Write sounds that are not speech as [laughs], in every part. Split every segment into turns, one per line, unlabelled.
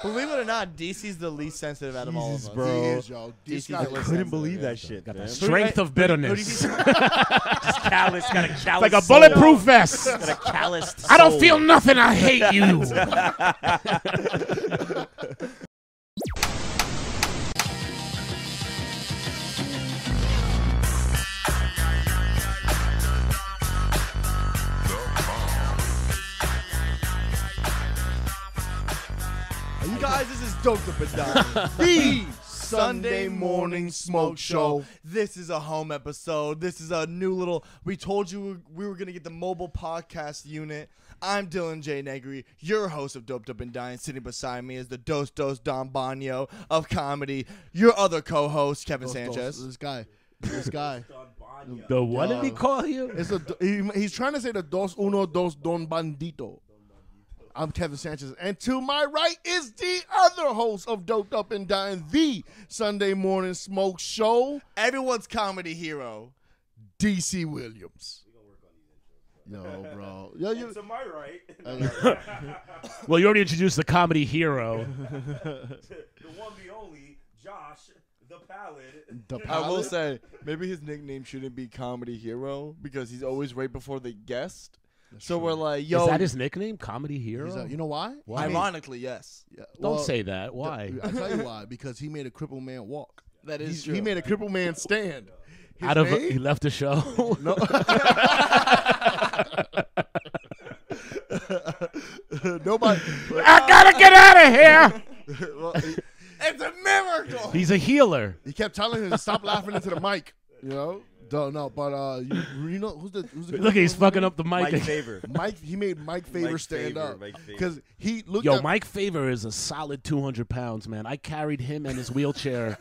Believe it or not, DC's the least sensitive out of all of
Jesus,
us.
bro.
He is, yo.
DC's
DC
the
got
least
Couldn't
sensitive,
believe
yeah.
that shit,
Got
man.
the
Who do you
strength
guys-
of
who do- who do you
bitterness.
guys-
[laughs]
Just callous. Got a callous. like a soul. bulletproof
vest.
Got a calloused.
I don't
soul.
feel nothing. I hate [laughs] you.
You guys, this is Dope the [laughs] Badai.
The
[laughs] Sunday morning smoke show. This is a home episode. This is a new little. We told you we were going to get the mobile podcast unit. I'm Dylan J. Negri, your host of Doped Up and Dying. Sitting beside me is the Dos Dos Don Bano of comedy, your other co host, Kevin
Those- those-
Sanchez.
This guy. This guy.
The what did he call you?
It's a, he, he's trying to say the dos uno dos don bandito. I'm Kevin Sanchez, and to my right is the other host of Doped Up and Dying, the Sunday Morning Smoke Show,
Everyone's comedy hero.
DC Williams. Yo, bro. Yo, you,
to my
[laughs]
right,
Uh, well, you already introduced the comedy hero.
the one, the only, Josh, the pallid.
the
I will
pilot?
say, maybe his nickname shouldn't be Comedy Hero because he's always right before the guest. so we're like, yo.
Is that his nickname? Comedy hero?
He's like, you know why?
Why?
Ironically, yes.
Yeah,
don't
well, uh,
say that. Why?
I tell you why. Because he made a crippled man walk.
That is
He's-
true.
He made a crippled man stand. His
Out of
name-
[laughs] he left the show. no.
nobody.
[laughs] I gotta get out of here.
Well, it- it's a miracle.
He's a healer.
He kept telling him to stop laughing into the mic. You know, don't know. But uh, you, you know who's the who's the
Look, he's fucking up the mic.
Mike [laughs] Favor.
Mike. He made Mike Favor
Mike
stand
Favor,
up
Mike Favor.
because he looked.
[laughs] Yo,
at,
Mike Favor is a solid 200 pounds, man. I carried him and
[laughs]
his wheelchair.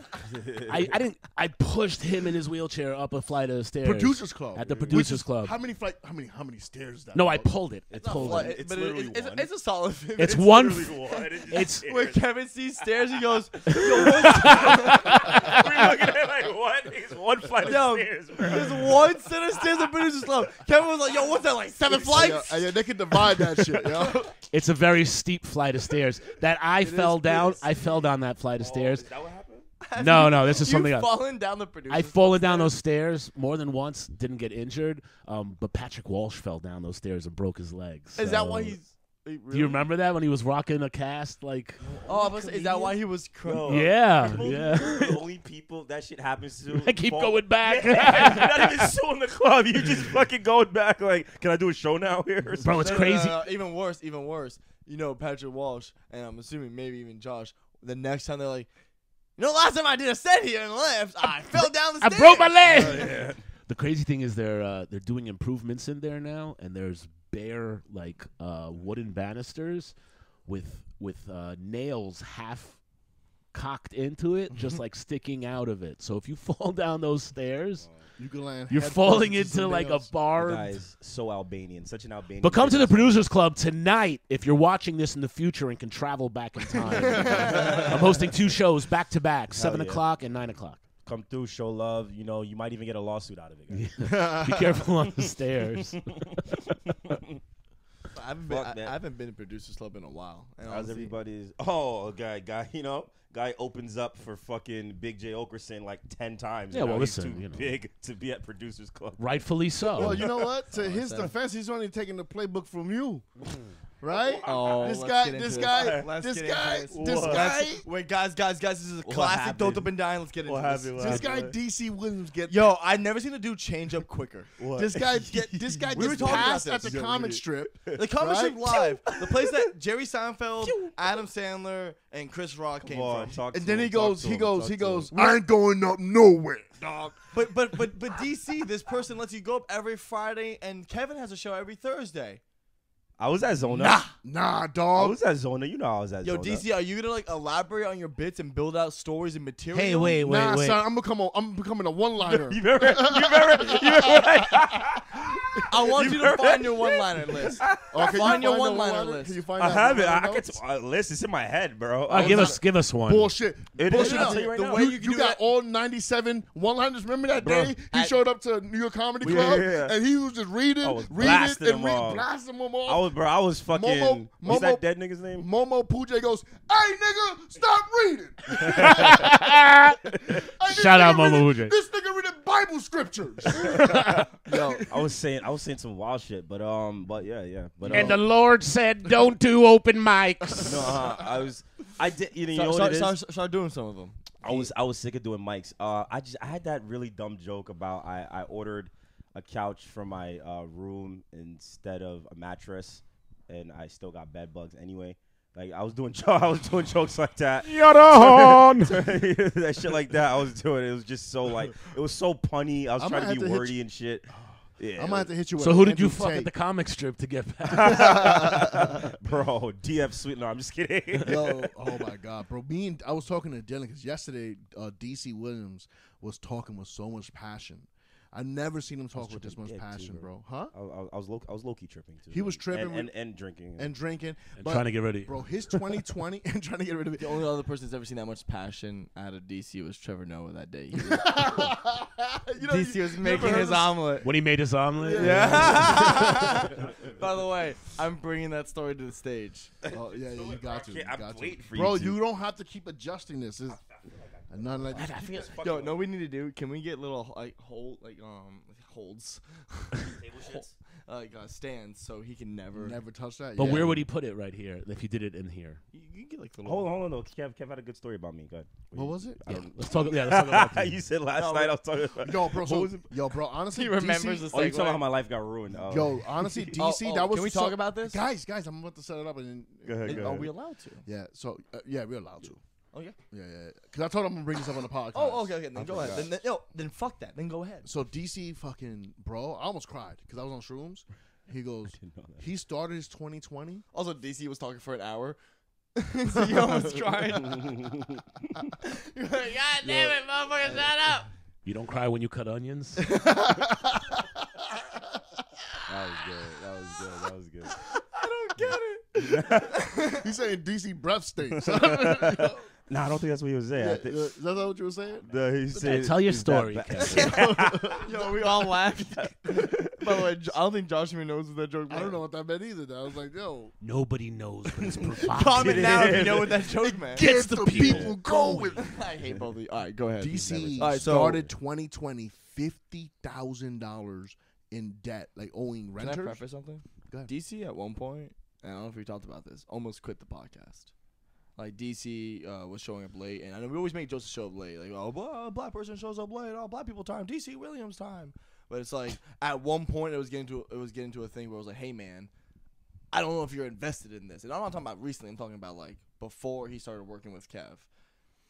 I, I didn't. I pushed him in his wheelchair up a flight of stairs.
Producers Club
at the
Oh, which
Producers
is-
Club.
How many flight? How many? How many stairs? Is that
No, I
pulled.
pulled it. I pulled
Well,
it.
it-
It's
but it-
literally
it's,
one.
it's a solid fifty.
It's, one.
It's
It's-
Where
we're
Kevin sees stairs, he goes, Yo, what's
looking at like what? It's one flight
Yo,
of stairs, bro.
there's one set of stairs at British Club. Kevin was like, Yo, what's that like? Seven
[laughs] Yeah,
flights?
yeah, they could divide that shit. Yo.
It's a very steep flight of stairs that I fell down. I fell down that flight
Oh,
Is
of stairs.
that what happened?
No, no, this is
You've
something else.
fallen down the producer.
I've fallen down those stairs more than once. Didn't get injured, um, but Patrick Walsh fell down those stairs and broke his legs.
Is that why
so-
he's? wait,
Do you
really?
remember that when he was rocking a cast? Like,
Oh, I was- is that why he was? Cr-
No.
yeah,
Crippled,
Um, yeah.
[laughs]
[laughs]
the only people that shit happens to.
I keep
fall-
going back.
[laughs] You're not even suing the club. You
[laughs]
just fucking going back. Like, can I do a show now here? Or something?
Bro, it's
No, no, no,
crazy.
no, no, uh, Even worse, even worse. You know, Patrick Walsh, and I'm assuming maybe even Josh. The next time they're like, You know, last time I did a set here and left, I fell down the
I
stairs.
broke my leg. [laughs] The crazy thing is they're uh, they're doing improvements in there now, and there's bare like uh, wooden banisters with with uh, nails half cocked into it,
Mm-hmm.
just like sticking out of it. So if you [laughs] fall down those stairs,
Oh,
You can land.
you're
head
falling
first into
into like a [laughs]
nails.
bar.
guys, so Albanian, such an Albanian.
But come to the
business.
producers club tonight if you're watching this in the future and can travel back in time.
[laughs]
I'm hosting two shows back to back, seven
yeah.
o'clock and nine o'clock.
Come through, show love. You know, you might even get a lawsuit out of it. guys.
Be careful on the stairs.
I haven't been,
Fuck
I,
that.
I haven't been to Producers Club in a while. And
How's
honestly,
everybody's? [laughs] Oh, guy, guy, you know, guy opens up for fucking Big J Okerson like ten times.
Yeah,
and
well,
now he's
listen,
too
you know.
big to be at producers club.
Rightfully so.
Well, you know what? To his
that?
defense, he's only taking the playbook from you, right?
Oh,
this
let's
guy,
get into
this
this.
guy,
Let's
this
get into
guy,
this.
this
What?
guy,
Let's- wait, guys, guys, guys, this is a
What
classic Dope
happened?
Up and Dying. Let's get into
What
this.
happened?
this guy. DC Williams get
Yo, I've never seen a dude change up quicker. [laughs]
This guy, get, this [laughs] guy
We were
just
talking about
passed at
this.
the comic strip. [laughs]
The Comic
Right?
Strip Live, the place
[laughs]
that Jerry Seinfeld, Adam Sandler, and Chris Rock came
Come on,
from.
talk to
And then
him,
he
talk
goes,
to
he
him,
goes,
talk
he
to him.
goes, I ain't going up nowhere.
But but but but DC, this person lets you go up every Friday, and Kevin has a show every Thursday.
I was at Zona.
Nah,
I
dog.
was at Zona. You know, I was at
Yo,
Zona.
DC, are you gonna like elaborate on your bits and build out stories and material?
hey, wait,
Oh,
wait,
nah,
wait.
[laughs]
son, I'm becoming, I'm becoming a one-liner.
You remember? You remember? You remember?
I want you,
You've
to
heard
find
it?
your one liner list.
Oh, can you
Find your
the
one-liner
one-liner?
list.
Can you find
I
that
have it. I, I
one-liner?
can t- uh, list. It's in my head, bro.
Uh,
Oh,
give
no.
us give us one. [laughs]
Bullshit. [laughs]
It is.
Bullshit.
I'll tell you right
the
now.
way
You,
you, can
you
do
got
that.
all 97 one-liners. Remember that
Bro,
day he
I-
showed up to New York Comedy
Yeah,
Club
yeah, yeah.
and he was just reading,
I was
reading, and
blasting
re-
them all.
blasting them all.
I was, bro. I was fucking.
Momo-
what's that
Momo-
dead nigga's name?
Momo Puja goes, "Hey nigga, stop reading." hey, this
Shout
nigga
out Momo
reading-
Puja.
This nigga reading Bible scriptures.
[laughs] [laughs] Yo, I was saying, I was saying some wild shit, but um, but yeah, yeah, but
And the
um,
Lord said, "Don't do open [laughs] mics."
no, uh, I was, I did, [laughs] you know, you know
Start,
what
start,
it is?
start, start doing some of them.
I was I was sick of doing mics. Uh, I just I had that really dumb joke about I I ordered a couch from my uh, room instead of a mattress, and I still got bed bugs anyway. Like I was doing [laughs] jo- I was doing jokes like
[laughs]
that. [laughs] that shit like that. I was doing it was just so like it was so punny. I was
I might
trying
have
to
to
be
hit
wordy and shit.
[sighs]
Yeah,
I'm gonna have to hit you.
so
with
who did you
Andrew
fuck
Tate.
at the comic strip to get back?
[laughs] bro. DF sweet. No, I'm just kidding.
[laughs] Yo, oh my God, bro. Me and I was talking to Dylan because yesterday uh, DC Williams was talking with so much passion. I've never seen him talk with this
tripping
much
dick, too,
passion,
bro.
bro. Huh?
I, I, I was low, I was low key tripping too.
He was
And-
tripping
and
with-
and, and drinking
And drinking,
and
but
[laughs] trying to get ready.
bro, his 2020 [laughs] and trying to get rid of
The
it.
only other person that's ever seen that much passion out of DC was Trevor Noah that
[laughs]
day. He was-
You know,
DC
you-
was
you ever
making
heard
his
of-
omelet.
When he made his omelet.
Yeah. [laughs] By the way, I'm bringing that story to the stage.
Oh, yeah, yeah, you got to. You
Okay, I'm
got to.
waiting for you
Bro,
to-
you don't have to keep adjusting this. It's not like
Yo, no, we need to do. Can we get little like hold like um [laughs] holds, like uh, stands, so he can never.
never touch that.
But
yeah.
where would he put it right here if you did it in here?
You you can get like little.
Hold on, hold on. Though. Kev, Kev had a good story about me. [laughs] Go ahead.
What was it?
Yeah, let's talk. Yeah, let's talk about [laughs] that.
you said last
No,
night I was talking about.
[laughs] Yo, bro. So,
was it?
yo, bro. Honestly,
He remembers
DC,
the
oh, you
segue.
talking about how my life got ruined? Oh.
Yo, honestly, DC.
oh,
that was
can we
so-
talk about this?
guys? Guys, I'm about to set it up and.
Go ahead,
Is-
go
Are
[laughs] ahead.
we allowed to?
Yeah. So uh, yeah, we're allowed to.
Oh yeah.
Yeah, yeah. Because I told him I'm gonna bring this up on the podcast.
[laughs] Oh okay. okay then
I
go ahead. Then, then, yo, then fuck that. Then go ahead.
So DC, fucking bro, I almost cried because I was on shrooms.
[laughs]
He goes.
know that.
He started his 2020.
[laughs] Also, DC was talking for an [laughs] hour. so you almost cried. [laughs] You're like, God damn it, motherfucker, shut up.
You don't cry when you
[laughs]
cut onions.
That was good. That was good. That was good.
[laughs]
I don't get it.
He's saying DC breath stinks.
no, I don't think that's what he was saying. I
Is
think
that what you were saying?
the, he said,
tell your
"Is that
story,
bad?"
Kev.
Yo, we all laughed. [laughs] By the way, Jo- I don't think Josh even knows what that joke
I don't know what that meant either. though. I was like, yo,
Nobody knows, but it's
[laughs]
provocative.
Comment now if you know what that joke meant.
Gets the people going.
[laughs] I hate both of you. All right, go ahead.
DC
All right, so
started 2020 fifty thousand dollars in debt, like owing
can I
renters.
preface something?
Go ahead.
DC at one point, and I don't know if we talked about this, almost quit the podcast. Like DC uh, was showing up late, and I know we always make Joseph show up late. Like, oh, blah, black person shows up late, all black people time, DC Williams time. But it's like at one point it was getting to it was getting to a thing where I was like, hey man, I don't know if you're invested in this. And I'm not talking about recently. I'm talking about like before he started working with Kev,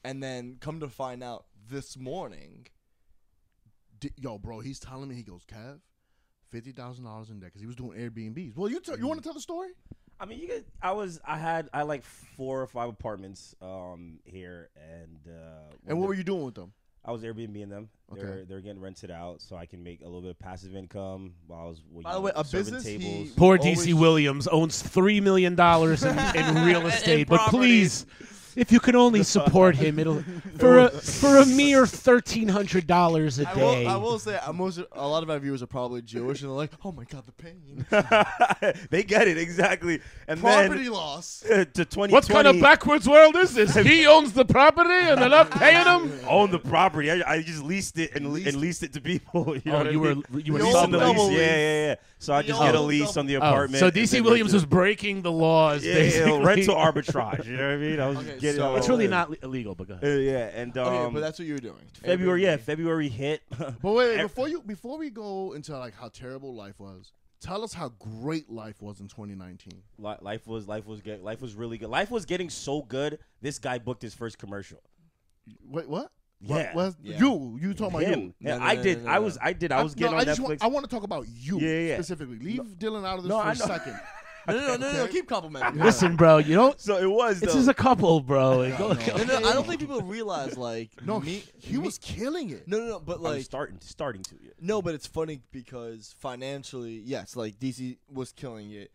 and then come to find out this morning.
D- yo, bro, he's telling me he goes, Kev, fifty thousand dollars in debt because he was doing Airbnbs. Well, you tell you want to
Mm.
tell the story?
[laughs] I mean, you guys, I was, I had, I had like four or five apartments um here, and uh,
And what were you doing with them?
I was Airbnb in them.
Okay.
They're they're getting rented out, so I can make a little bit of passive income while I was. Well,
By the way, a business
tables.
he
Poor
always-
DC Williams owns three million
[laughs]
dollars in, in real estate, but
properties.
please, if you can only support him,
[laughs]
it'll for a, for a mere thirteen hundred dollars a
I
day.
will, I will say, uh, most a lot of our viewers are probably Jewish, and they're like, "Oh my god, the
[laughs]
pain,
they get it exactly, and
property loss."
then [laughs] to twenty.
backwards world is this? He owns the property and
[laughs]
they're not paying him.
own the property. I, I just leased it and, leased.
Leased
and leased it to people. [laughs] You know
Oh,
what I
you were [laughs]
mean?
you were
The
leasing
old
the
subleasing.
double
lease.
lease.
Yeah, yeah, yeah. So I
The
just get a
old
lease
double-
on the
Oh,
apartment.
so
and
DC
then
Williams was
rent
breaking the laws.
it.
[laughs]
yeah,
basically.
yeah, rental arbitrage. You know what I mean? I was
Okay,
just getting.
so-
all
[laughs] It's
[laughs]
really
in.
not le- illegal, but go
[laughs] Uh,
ahead.
yeah, and um,
Okay, Oh, but that's what you were doing.
February. Yeah, February hit. [laughs]
But wait,
Ev-
before you before we go into like how terrible life was, tell us how great life was in 2019.
Li- life was life was get, life was really good. Life was getting so good. This guy booked his first commercial.
Wait, what?
Yeah.
What, what-
Yeah.
You you talking about you?
Him. Yeah,
No, no,
I
no,
did.
no, no,
I
no.
was. I did. I was
no,
getting
I
on
just
Netflix.
Want, I want to talk about you
Yeah, yeah.
specifically. Leave Dylan out of this
No,
for
I
a
[laughs] know.
second.
No, no, no, no, no, keep complimenting. me.
Listen, bro, you don't.
So it was.
This
though.
is a couple, bro. and go-
No, no, [laughs] I don't think
[laughs]
people realize like
No,
me.
he was killing it.
No, no, no, but
I'm
like
starting starting to. Yeah.
no, but it's funny because financially, yes, like DC was killing it.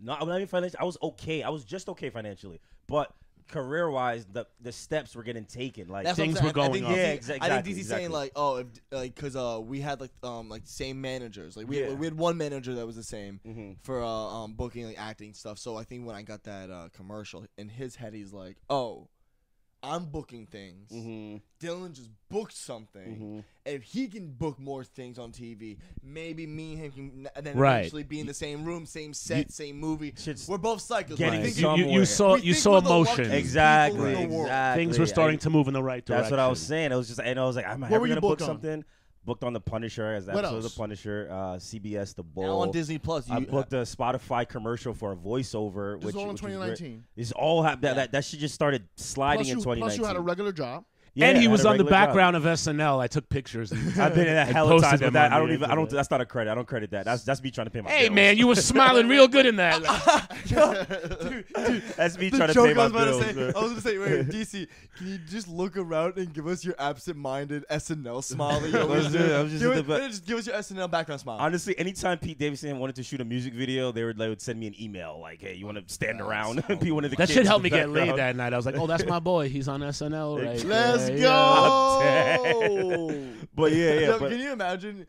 No, I'm not even financially. I was okay. I was just okay financially, but career wise, the the steps were getting taken. Like
That's what I'm
Things
saying.
were
I- I
going
think
up.
DC
Yeah, exactly,
I think DC's
exactly.
saying like, oh, if, like because uh, we had like um like same managers. Like we had,
Yeah.
we had one manager that was the same
Mhm.
for uh, um booking like acting stuff. So I think when I got that uh, commercial in his head, he's like, oh, I'm booking things.
Mhm.
Dylan just booked something.
Mm-hmm.
If he can book more things on TV, maybe me and him can and then
Right.
eventually be in the same room, same set, same movie.
Shit's
We're both cycles.
getting
We think-
You, you, you
somewhere.
saw
we
you
think
saw
we're the
emotion.
luckiest people
exactly,
in the world.
exactly.
Things were starting
I-
to move in the right direction.
That's what I was saying. I was just, and I was like, am I
What were
ever
you
gonna book
booked on?
something? Booked on the Punisher as the
What
episode of the
else?
Punisher, uh, CBS The Bull.
Now on Disney Plus, you [laughs]
I booked a Spotify commercial for a voiceover.
This
which,
is all in
which was great.
2019.
It's all hap- that, that that shit just started sliding
Plus
in
you,
2019.
plus you had a regular job.
Yeah,
and
I
he
had
was
a
on the
regular job.
background of SNL. I took pictures. and-
[laughs] I've been in a
and
hell of
posted
times
them
with
on
that. I
the
don't even. I don't.
internet.
That's not a credit. I don't credit that. That's that's me trying to pay my.
Hey
bills.
man,
[laughs]
you were smiling real good in that.
[laughs] that's me
The
trying to
joke
pay
I
my
was about
bills.
to say.
man.
I
Oh.
was going to say,
[laughs]
wait, DC, can you just look around and give us your absent-minded SNL smile?
[laughs]
That you always
Let's
do?
do it. I was just
give,
at
it-
the-
yeah, just give us your SNL background smile.
Honestly, anytime Pete Davidson wanted to shoot a music video, they would, they would send me an email like, "Hey, you want to stand around and [laughs] be one of the
That
kids
shit
in
helped
the
me get laid
background?"
that night. I was like, oh, that's my boy. He's on SNL right
Let's
there, yeah." [laughs]
go.
But yeah, yeah,
Yo,
but-
can you imagine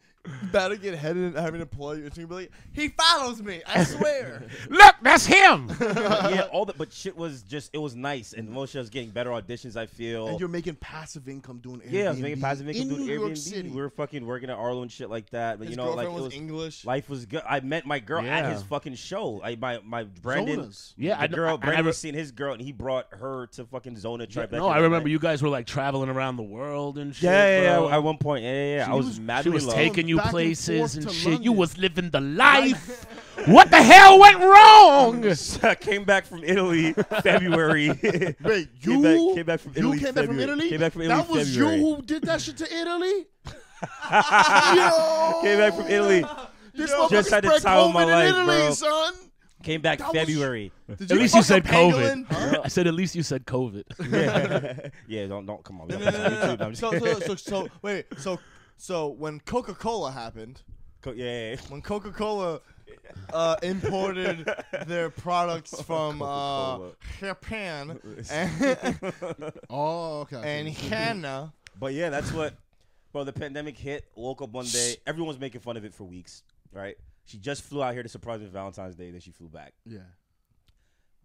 about to get headed and having to pull your team be like, he follows me,
[laughs]
I swear.
Look, that's
[laughs]
him.
yeah, all that. But shit was just it was nice, and Moshe was getting better auditions. I feel.
And you're making passive income doing Airbnb.
Oh. yeah, I was making positive
in
income doing
New York
Airbnb.
City.
We were fucking working at Arlo and shit like that. But
His
you know, like
girlfriend
it
was,
was
English.
life was good. I met my girl
Yeah.
at his fucking show. I my my Brandon.
Zonas.
Yeah,
the
I know-
girl.
I- and I
Brandon
re-
was seeing his girl, and he brought her to fucking Zona Tribe.
no, I remember you guys were like traveling around the world and shit.
Yeah, yeah, yeah,
bro.
At one point, yeah, yeah, yeah.
She
I was,
was-
She
madly
was
loved. [laughs]
taking you
Back and
places
forth
and
to
shit. You
London.
was living the life. [laughs] what the hell went
[laughs]
wrong?
I came back from
[laughs]
Italy February.
Wait,
[laughs] Came
you
back- came back from Italy
You came back from
February.
Italy.
Came back from
That
Italy
was
February.
you who did that shit to
[laughs]
Italy. [laughs] Yo,
came back from Italy.
This
Yo. Just
motherfucker
had the
spread
time of my
COVID in
life,
Italy,
bro.
son.
Came back
That was-
[laughs]
February. [laughs]
Did
At least you
fuck a
said
pangolin?
COVID.
[laughs]
I said, at least you said COVID.
[laughs] yeah, Yeah, don't don't come on. we
No,
don't
no,
put this
no, no,
on YouTube.
no.
I'm just
So,
kidding.
so, so, so, wait, so, so when Coca-Cola happened,
Co- yeah, yeah,
when Coca-Cola uh, imported their
[laughs]
products from uh, Japan and,
Oh, okay.
and China,
But yeah, that's what. Bro, the pandemic hit. Woke up one day. Everyone's making fun of it for weeks, right? She just flew out here to surprise me for Valentine's Day. Then she flew back.
yeah.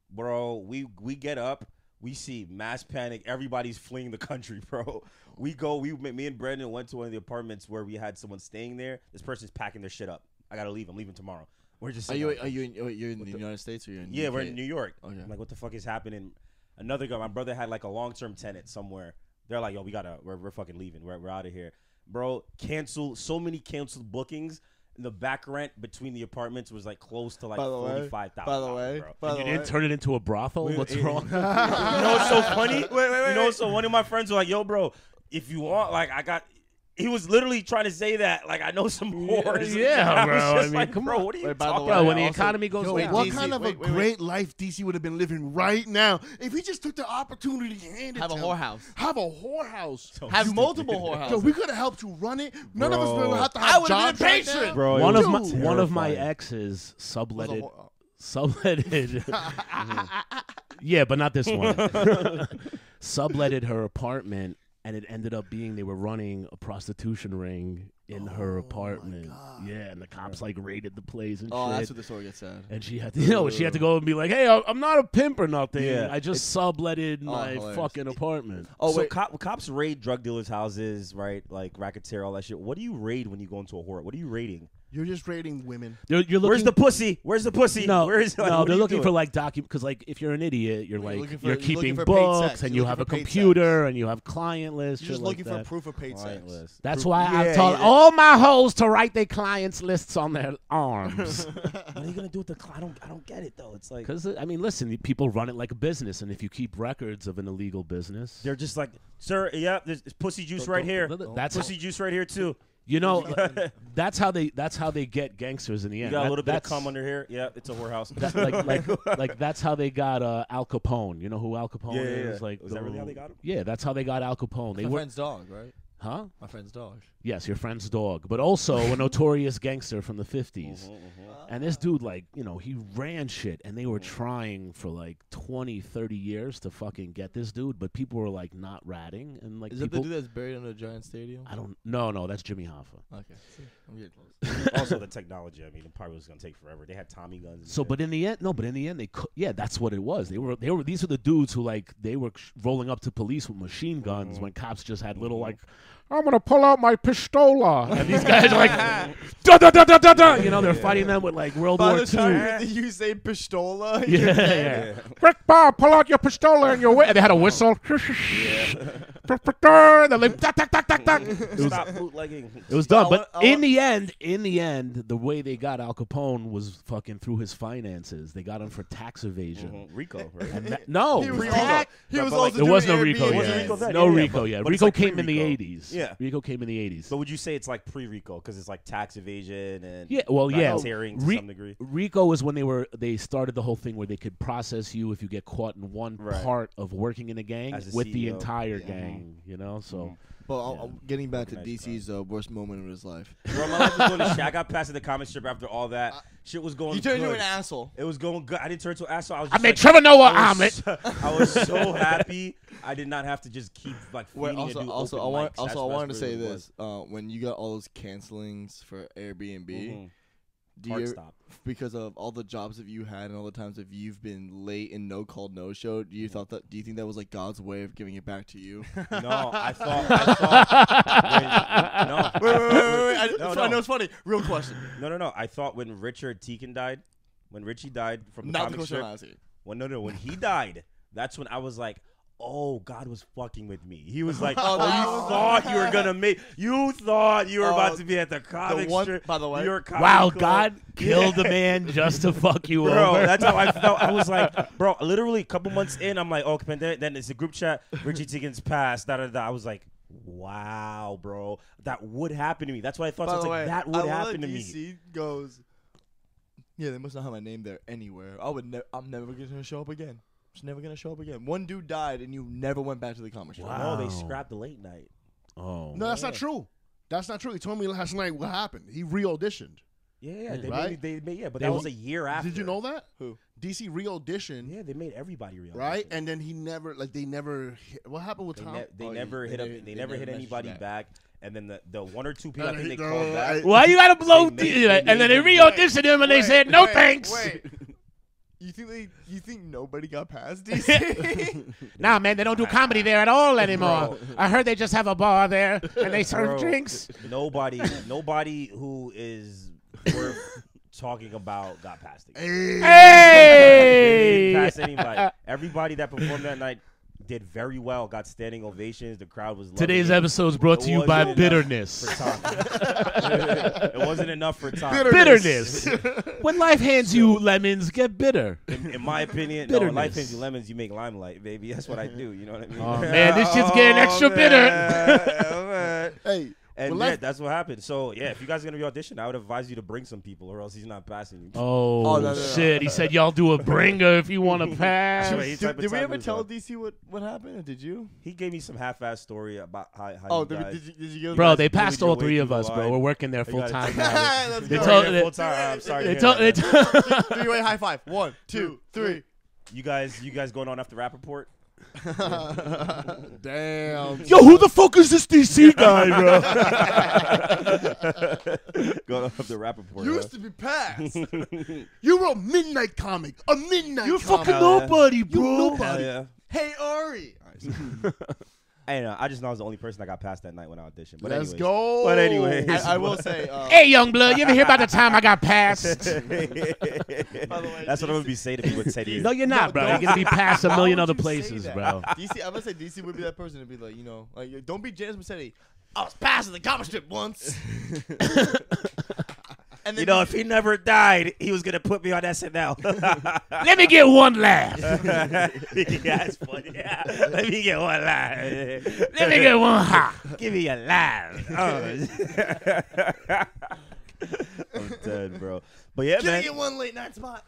Bro, we we get up. We see mass panic. Everybody's fleeing the country, [laughs] bro. We go. We me and Brandon went to one of the apartments where we had someone staying there. This person's packing their shit up. I gotta leave. I'm leaving tomorrow. We're just.
are
sitting
you
out
are you in, oh, you're in the, United States or you're in
Yeah, we're
UK?
in New York.
Okay.
I'm like, what the fuck is happening? Another guy, my brother had like a long term tenant somewhere. They're like, yo, we gotta, we're, we're fucking leaving. We're, we're out of here. Bro, cancel, so many canceled bookings. And the back rent between the apartments was like close to like
By the way, By
$45,000.
the way,
bro.
by
You
the way,
didn't turn it into a brothel?
[laughs]
Wait,
What's
wait,
wrong? [laughs]
you
[laughs]
know what's so funny? wait, wait, wait. You know what's so one of my friends was like, yo, bro, if you want, like, I got. He was literally trying to say that, like, I know some whores.
yeah,
And I was
bro, I
just
mean,
like,
come
bro,
on.
what are you
Wait, by the
talking
way,
Bro,
about?
when the
also-
economy goes
Yo,
down.
what
DC,
kind of
wait,
a
wait, wait.
great life DC would have been living right now if he just took the opportunity handed
have a
to him.
whorehouse.
Have a whorehouse.
Have multiple whorehouses.
[laughs] Yo, we could have helped you run it. None of us
Bro.
would have to
I
have
would've been
jobs right
patient.
now.
Bro, it
One
was
of my
Dude.
one of my
terrifying.
Was a
exes
uh,
subletted
whore-
subletted.
[laughs]
[laughs] yeah, but not this one. [laughs] subletted her apartment, and it ended up being they were running a prostitution ring in
Oh
her apartment. Yeah, and the cops like raided the place and
Oh,
shit.
that's what the story gets said.
and she had to, [laughs] you know, she had to go and be like, "Hey, I- I'm not a pimp or nothing.
Yeah,
I just subletted my
Oh, hilarious.
fucking apartment."
Oh,
so
wait.
cop, cops raid drug dealers' houses, right? Like racketeer, all that shit. What do you raid when you go into a whore? What are you raiding?
You're just rating women.
You're, you're looking.
Where's the pussy? Where's the [laughs] pussy?
No,
Where is like,
no,
what
they're
are you
looking for
doing?
like document because like if you're an idiot, you're
You're
like
looking for-
you're
you're looking
keeping
for paid
books
sex.
and
You're
you have a
looking for paid
computer and you have client lists.
You're
shit
just
like
looking
that.
for proof of paid sex. [laughs]
Pointless.
That's why I've
Yeah,
told
yeah.
all my hoes to write their clients lists on their
[laughs]
arms.
What are you gonna do with the? Cl- I don't. I don't get it though. It's like
Because I mean, listen, people run it like a business, and if you keep records of an illegal business,
they're just like, sir, yeah, there's, there's pussy juice right here.
That's
Pussy [laughs] juice right here too.
You know, that's how they that's how they get gangsters in the
You
end.
got a
That-
little bit of
that's-
cum under here. Yeah, it's a whorehouse.
that-
[laughs]
like, like, like that's how they got uh, Al Capone. You know who Al Capone
Yeah, yeah,
is?
yeah.
Like,
Was that really how they got him?
Yeah, that's how they got Al Capone. They
My
were,
friend's dog, right?
huh?
My friend's dog.
Yes, your friend's dog, but also a notorious gangster from the 50s.
Mm-hmm.
Mm-hmm,
And this dude, like, you know, he ran shit, and they were
Mm-hmm.
trying for like 20, 30 years to fucking get this dude, but people were like not ratting, and like
Is that
people.
the dude that's buried under a giant stadium?
I don't. No, no, that's Jimmy Hoffa.
Okay, see, I'm getting close.
[laughs]
mm-hmm. also, the technology. I mean, it probably was gonna take forever. They had Tommy guns. And
So,
shit.
but in the end, no, but in the end, they cou- yeah, that's what it was. They were they were these were the dudes who like they were sh- rolling up to police with machine guns
Mm-hmm.
when cops just had little like, I'm gonna pull out my pistola, and these guys
[laughs]
are like, da da da da da da. You know, they're fighting them with like World
By
War
the
Two.
time that you
[laughs]
say pistola,
Yeah,
you're
yeah. Quick, Bob, pull out your pistola and your whi-" And they had a [laughs] whistle. They're like, "Tuck, tuck, tuck, tuck, tuck." It was,
stop bootlegging. [laughs]
it was done.
I
But
wa- I
in
wa-
the end, in the end, the way they got Al Capone was fucking through his finances. They got him for tax evasion.
Mhm, Rico, right?
And that- no,
He
it
was,
was
also-
tax-
he
But
was
like-
also
there was no
doing
Rico
Airbnb.
Wasn't
yet.
Rico then?
no
Yeah, yeah,
Rico
but-
yet.
but it's
Rico
like
came in the
pre-Rico.
'80s.
Yeah.
Rico came in the '80s.
[laughs] But would you say it's like pre-Rico because it's like tax evasion and
Yeah, well, yeah.
racketeering to
Re-
some degree.
Rico was when they were they started the whole thing where they could process you if you get caught in one
Right.
part of working in a gang
As a
with the
CEO.
entire
Yeah. Mm-hmm.
gang. You know, so
But I'll- I'll- getting back to
Organized
DC's uh, worst moment of his life.
Bro, my life was going to shit. I got past the comment strip after all that.
[laughs]
Shit was going.
You turned into
good.
an asshole.
It was going good. I didn't turn to an asshole. I was.
I
Just
made
like,
Trevor Noah
I was,
omelet.
so- I was so happy. I did not have to just keep like feeding
Wait,
and
also,
do
also, I
open
want,
mics.
also,
That's-
I wanted
that's
to
really
say
what it
this. Uh, when you got all those cancelings for Airbnb,
was.
Mm-hmm.
do
Mm-hmm. Heart
you, [laughs]
stop.
because of all the jobs that you had and all the times that you've been late and no call, no show, do you
Mm-hmm.
thought that? Do you think that was like God's way of giving it back to you?
No, I thought. I
[laughs]
thought when, no,
Wait, wait, wait, wait,
[laughs]
wait. I,
No,
that's
no.
why I know it's funny.
[laughs]
Real question.
no, no, no. I thought when Richard Teakin died, when Richie died from the
Not the
comic
question
strip,
I'm asking.
Well, no, no. When he died, that's when I was like, "Oh, God was fucking with me." He
[laughs]
was like, "Oh,
that
you
was-
thought you were gonna make, you thought you were
Oh,
about to be at the comic
one-
strip,
by the way-
your comic
wow,
club."
God
[laughs] Yeah.
killed a man just to fuck you
Bro,
over.
that's how I felt. I was like, bro, literally a couple months in, I'm like, oh, man, then, then it's a group chat. Richie Tiggins passed. Da, da, da. I was like, wow, bro, that would happen to me. That's what I thought. So I
By
was
the
like,
way,
that would
I love
happen to
that
me.
DC goes. Yeah, they must not have my name there anywhere. I would. Ne- I'm never gonna show up again. It's never gonna show up again. One dude died, and you never went back to the comic strip.
No, they
Wow.
scrapped the late night. [laughs]
oh,
No, that's not true. That's not true. He told me last night what happened. He re-auditioned.
Yeah, yeah, they
Right?
made, they made, yeah, but
They
that
wa-
was a year after.
Did you know that?
Who?
DC re-auditioned,
Yeah, they made everybody real.
right? And then he never, like, they never. Hit. What happened with
They,
Tom?
ne- they
Oh,
never
yeah,
hit
they
up. They,
never- they
never
never
hit
messaged
anybody
back.
back. And then the, the one or two people I
No,
think
he-
they
no,
called back.
I-
why you gotta blow?
They made-
the-
they
and then they re-auditioned him, and they said, "No thanks."
You think they? You think nobody
[laughs]
got past [laughs] DC?
Nah, man, they don't do comedy there at all anymore. I heard they just have a bar there and they serve
Bro.
drinks.
[laughs] nobody, nobody who is worth talking about got past it. They
Hey!
didn't pass anybody. Everybody that performed that night did very well. Got standing ovations. The crowd was loving
Today's
it.
episode is brought to you
It
by
wasn't
bitterness.
enough for Tom. it wasn't enough for Tom.
[laughs]
Bitterness. when life hands you lemons, get bitter.
In, in my opinion, no. Life
Bitterness.
hands you lemons, you make limelight, baby. That's what I do. You know what I mean?
Oh, man, this shit's getting extra bitter.
Oh,
[laughs]
man.
[laughs]
Hey,
And
Well,
yeah,
life-
that's what happened. So yeah, if you guys are gonna be auditioning, I would advise you to bring some people, or else he's not passing you.
Oh,
no, no, no.
shit. He said, y'all do a bringer if you want to pass.
Wait,
did,
type of
did we
time
ever
is
tell
up.
DC what what happened? Or did you?
He gave me some half-ass story about how. how
Oh,
you
did, we-
guys,
did you? Did you give
Bro,
us-
they
You guys
passed
blew
all
your way
three of
through the
us, bro.
line.
We're working there full
gotta-
[laughs]
time now.
[laughs] Let's
They
go.
told-
Yeah,
they-
full time. I'm sorry. to
They
hear
told-
that,
they
man.
told-
Three way high five. One, two, three.
you guys, you guys going on after Rappaport?
damn.
[laughs] Yo, who the fuck is this DC guy, bro?
[laughs] going on after Rappaport.
You
huh?
used to be
[laughs]
passed. you were a midnight comic. A midnight.
You're
comic.
[laughs] fucking nobody, bro.
Hell yeah.
Hey Ari.
I don't know. I just know I was the only person that got passed that night when I auditioned. But
Let's
anyways. [laughs]
go.
But anyways,
I, I will say. Uh,
Hey, young blood, you ever hear about the time I got
[laughs]
passed?
that's what I'm gonna be saying to people with
[laughs]
Teddy.
No, you're not, bro. You're gonna be passed a
[laughs] Why
million
would
other
you say
places,
that? [laughs]
bro.
DC, I'm gonna say DC would be that person to be like, you know, like
[laughs]
don't be James Mercedes. I was passing the comic strip once, and [laughs] And
you
then
know,
you-
if he never died, he was gonna put me on [laughs] SNL.
Let me get one laugh.
yeah, that's funny. [laughs] Yeah. Let me get one laugh.
Let me get one ha.
[laughs] Give me a laugh. Oh. I'm dead, bro. But yeah,
Can I
man.
get one late night spot?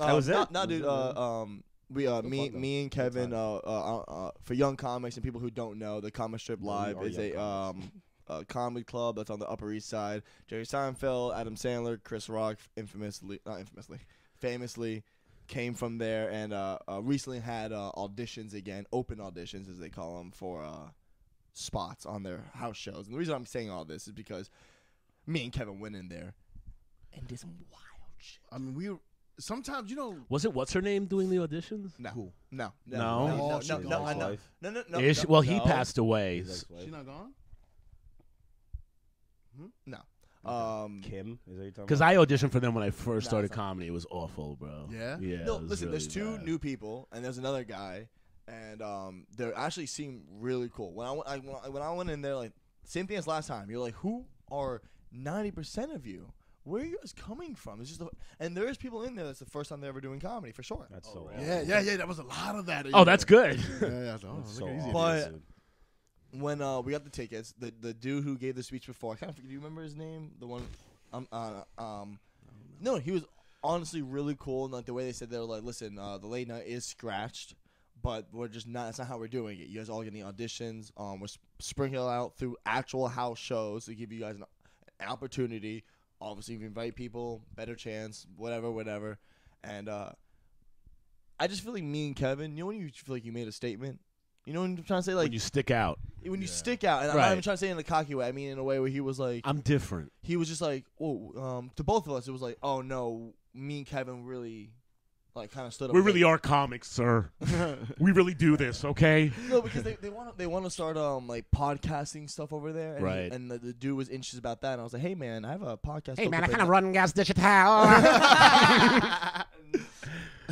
Uh,
That was
nah-
it?
Nah, dude. Uh, um, we uh, me,
fuck up.
me and Kevin. Uh, uh, uh, for young comics and people who don't know, the Comic Strip
we
Live
are
is
young
a um, a comedy club that's on the Upper East Side. Jerry Seinfeld, Adam Sandler, Chris Rock, infamously, not infamously, famously, came from there and uh, uh recently had uh, auditions again, open auditions as they call them for uh spots on their house shows. And the reason I'm saying all this is because me and Kevin went in there and did some wild shit.
I mean, we sometimes you know.
[laughs] Was it what's her name doing the auditions?
No. No.
No?
No. No.
Oh, she
No.
was
No.
like-
I know. No. No. No.
Is she-
no,
well, he
no,
passed away.
His
so-
ex-wife.
She not gone.
No. Um.
Kim, is that what you're talking
Cause I auditioned for them when I first
No,
started
it's
comedy. It was awful, bro.
Yeah?
Yeah.
No.
it was
Listen. There's
really
two
bad.
new people, and there's another guy, and um, they actually seem really cool. When I went, I, when I- when I went in there, like same thing as last time. You're like, who are ninety percent of you? Where are you guys coming from? It's just, a, and there is people in there that's the first time they're ever doing comedy for sure.
That's so awful.
Yeah, yeah, yeah. That was a lot of that.
Oh, that's good.
Yeah, yeah. that's- Oh,
That's
look
so
at these
awful,
idiots.
But-
dude.
when uh, we got the tickets, the the dude who gave the speech before, I kind of do you remember his name? The one, um, uh, um, no, he was honestly really cool, and like the way they said they were like, listen, uh, the late night is scratched, but we're just not. That's not how we're doing it. You guys all getting auditions. Um, we're sp- sprinkling out through actual house shows to give you guys an, an opportunity. Obviously, if you invite people, better chance, whatever, whatever, and uh. I just feel like me and Kevin, you know when you feel like you made a statement? You know what I'm trying to say? Like
when you stick out,
when you stick out, and I'm
Right.
not even trying to say it in a cocky way. I mean in a way where he was like,
I'm different.
he was just like, oh, um, to both of us, it was like, oh no, me and Kevin really, like, kind of stood up.
We
for-
really are comics, sir. [laughs] we really do this, okay?
no, because they, they want to they want to start um like podcasting stuff over there, and he-
Right.
and the, the dude was anxious about that, and I was like, hey man, I have a podcast.
Hey
open
man, I
right
kind of
[laughs] now."
run gas digital.
[laughs]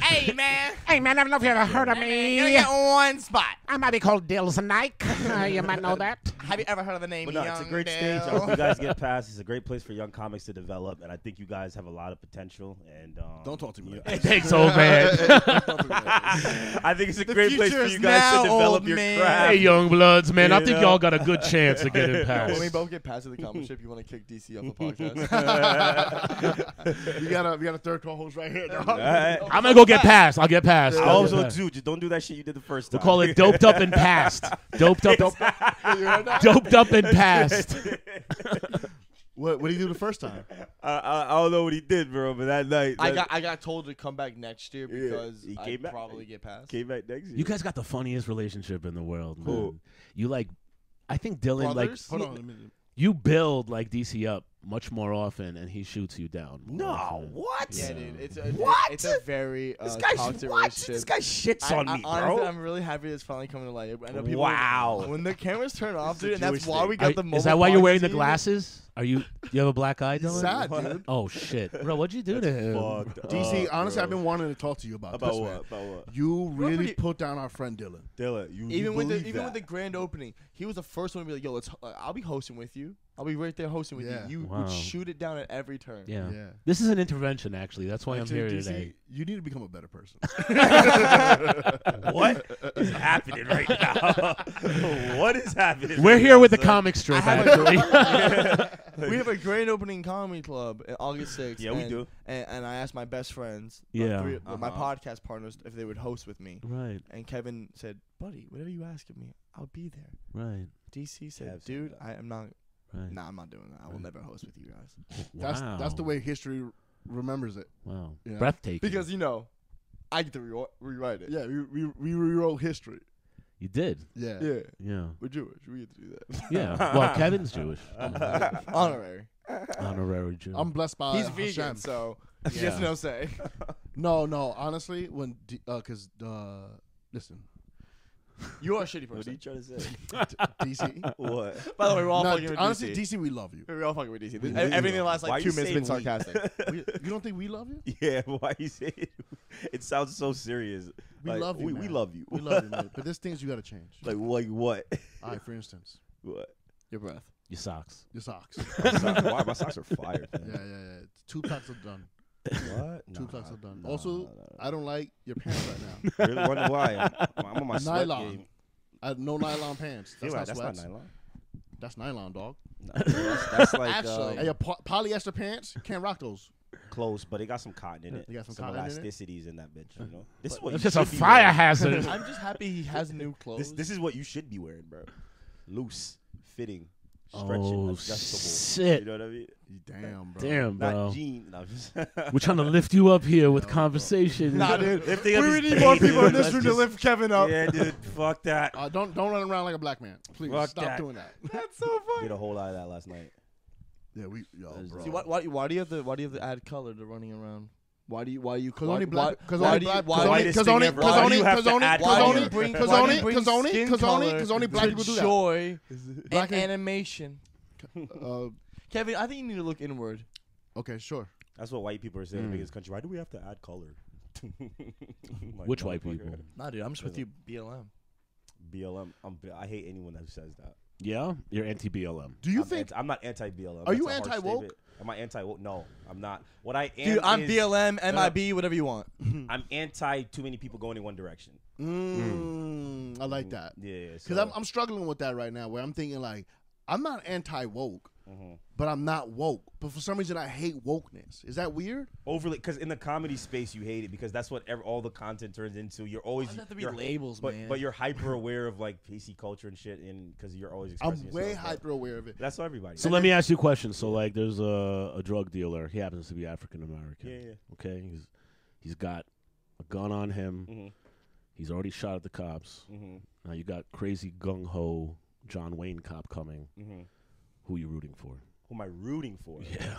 hey man, hey man, I don't know if you ever heard of me. You get one spot. I might be called Dills Nike. Uh, you might know that.
Have you ever heard of the name?
But no, it's a
Young
great stage.
[laughs]
I
Dill?
hope you guys get past. It's a great place for young comics to develop, and I think you guys have a lot of potential. And um,
Don't talk to me
you-
like that.
Thanks, old [laughs] man.
Don't talk to me like that.
[laughs] I think it's a great place for
future
you
is
guys
now,
to develop
old
your
man.
hey,
craft. [laughs]
young bloods, man. I
You
think
know?
y'all got a good chance of [laughs] getting
When we
past.
both get past the comic strip, you want to kick DC
[laughs]
off the podcast. [laughs]
We got a we got a third co-host right here. dog.
All [laughs] right.
I'm gonna go get past. I'll get past.
I
I'll
always
get
will
past.
do. Just don't do that shit you did the first time.
We'll call [laughs] it doped up and passed. Doped up, doped up [laughs] and passed.
What what did he do the first time?
[laughs] I, I, I don't know what he did, bro, but that night
I
that-
got I got told to come back next year because
he
I
came back.
probably get past.
came back next year.
You guys got the funniest relationship in the world, man.
Cool.
You like, I think Dylan
Brothers?
like
Hold on. a minute.
you build like DC up much more often, and he shoots you down. more
no,
often.
what?
Yeah, dude. It's a,
What?
It's a very uh,
This guy's
toxic
what?
relationship.
This guy shits
I-
on
I-
me,
honestly,
bro.
I'm really happy it's finally coming to light. I know people
Wow.
when the cameras turn off,
This is
dude, and
a
that's
Jewish
why
thing.
we
Are-
got the mobile.
is that why you're wearing the
podcast unit.
glasses? Are you? Do you have a black eye, Dylan?
Sad, dude.
Oh shit, bro! What'd you do to him?
Fucked up,
DC, honestly,
Oh, bro.
I've been wanting to talk to you about,
about
this.
what?
man.
About what?
You really
pretty-
put down our friend Dylan.
Dylan, you
Even
you
with the
believe
even
that.
with the grand opening, he was the first one to be like, "Yo, let's. Uh, I'll be hosting with you. I'll be right there hosting with
Yeah.
you." You
Wow.
would shoot it down at every turn.
Yeah.
Yeah.
This is an intervention, actually. That's why
Actually,
I'm here
DC,
today.
You need to become a better
[laughs]
person. [laughs]
what is happening right now? [laughs] what is happening?
We're
right
here
now,
with the
son?
comic strip,
have a-
actually.
[laughs]
[laughs]
we have a grand opening comedy club in August 6th.
[laughs] Yeah, we
and-
do.
And, and I asked my best friends, the
Yeah.
three, uh, my
Uh-huh.
podcast partners, if they would host with me.
right,
And Kevin said, "Buddy, whatever you ask of me, I'll be there."
right,
DC said,
Cavs
"Dude,
up.
I am not.
right.
Nah, I'm not doing that. I will never host with you
[laughs]
guys
That's
wow.
that's the way history remembers it.
Wow,
Yeah.
breathtaking.
because you know, I get to re- rewrite it.
Yeah, we we, we rewrote history.
you did.
Yeah.
yeah,
Yeah,
we're Jewish. We get to do
[laughs]
that.
yeah. Well, Kevin's Jewish,
Honorary.
honorary Jew.
I'm blessed by
He's
Uh, Hashem.
vegan, so he
Yeah.
has no say.
No, no. Honestly, when D- uh, cause uh, listen,
You are a shitty
What are you
person.
trying to say?
DC.
[laughs] What?
By the way, we're all
no,
fucking with
honestly,
DC.
DC, we love you.
We're all fucking with DC.
We-
Everything in the last
Why
like
you
two minutes
say
has been
we?
sarcastic.
We- you don't think we love you?
Yeah, [laughs] why you say it? It sounds so serious.
We
Like,
love you.
We, we
man.
love you. [laughs]
We love you, man. But there's things you got to change.
like like what? [laughs]
All right, for instance,
what?
Your breath.
Your [laughs] socks.
Your socks.
Why my [laughs] socks are fired?
Yeah, yeah, yeah. Two packs are
[laughs]
done.
What?
Two packs are done. also, I don't like your pants right now.
Really wonder why. I'm, [laughs] I'm on [laughs] my sweat
nylon.
game.
I have no nylon pants. That's
You're right,
not
that's
sweats.
not [laughs] nylon.
That's nylon, dog.
That's, that's like
Actually,
um,
your po- polyester pants can't rock those.
close, but it got some cotton in it.
They got some
some
cotton in it?
elasticities in, that bitch. You know, this is what
It's
you
just a
should be
fire [laughs]
wearing.
hazard.
[laughs] I'm just happy [laughs] he has new clothes.
This, this is what you should be wearing, bro. Loose, fitting, stretching,
oh
adjustable.
shit!
You know what I mean?
[laughs] Damn, bro.
Damn, bro.
Not jean. No, I'm just [laughs]
We're trying to lift you up here with conversation.
Nah, dude.
lifting
We
up
would
his [laughs]
need more
baby,
people in
dude.
this
Let's
room to
just-
lift Kevin up.
Yeah, dude. Fuck that.
Uh, don't don't run around like a black man, please.
Fuck
Stop
that.
doing
[laughs]
that.
That's so funny.
Did a whole lot of that last night.
yeah, we yo, bro.
See, why, why, why do you have to why do you have to add color to running around? Why do you why you
Cause
why,
only black,
why-
cause
why
only
do you-
black,
why
cause only,
whitest
cause
thing
only,
ever.
cause
Why do
only,
you have
cause
to
only,
add
cause
color?
Why do
only,
you
cause
bring-
only,
why do you
cause
bring
only,
skin
cause only,
color
cause only black
to
people do that.
joy
Black
and
and-
animation.
Uh,
Kevin, I think you need to look inward.
okay, sure.
That's what white people are saying in the biggest country. Why do we have to add color? [laughs] Like,
Which white
motherfucker.
people?
Nah, dude, I'm just with you, BLM.
BLM. I'm, I hate anyone that says that.
Yeah, you're anti BLM.
Do you
I'm
think?
anti- I'm not anti BLM.
Are you anti-woke?
Am I anti woke? No, I'm not. What I am
Dude, I'm
is
BLM, MIB, whatever you want.
I'm anti too many people going in one direction.
Mm, I like that.
Yeah,
Because
so-
I'm, I'm struggling with that right now, where I'm thinking like, I'm not anti woke,
Mm-hmm.
but I'm not woke. But for some reason, I hate wokeness. Is that weird?
overly because in the comedy space you hate it because that's what ev- all the content turns into. You're always
does it have to be
you're-
labels,
but,
man?
But you're hyper aware of like PC culture and shit, and because you're always expressing
I'm
yourself,
way
but
hyper aware of it.
That's what everybody.
So
is.
let me ask you a question. So like, there's a, a drug dealer. He happens to be African American.
Yeah, yeah.
Okay, he's he's got a gun on him.
Mhm.
He's already shot at the cops.
Mhm.
Now you got crazy gung ho John Wayne cop coming.
Mhm.
Who you rooting for?
[laughs] Who am I rooting for?
Yeah,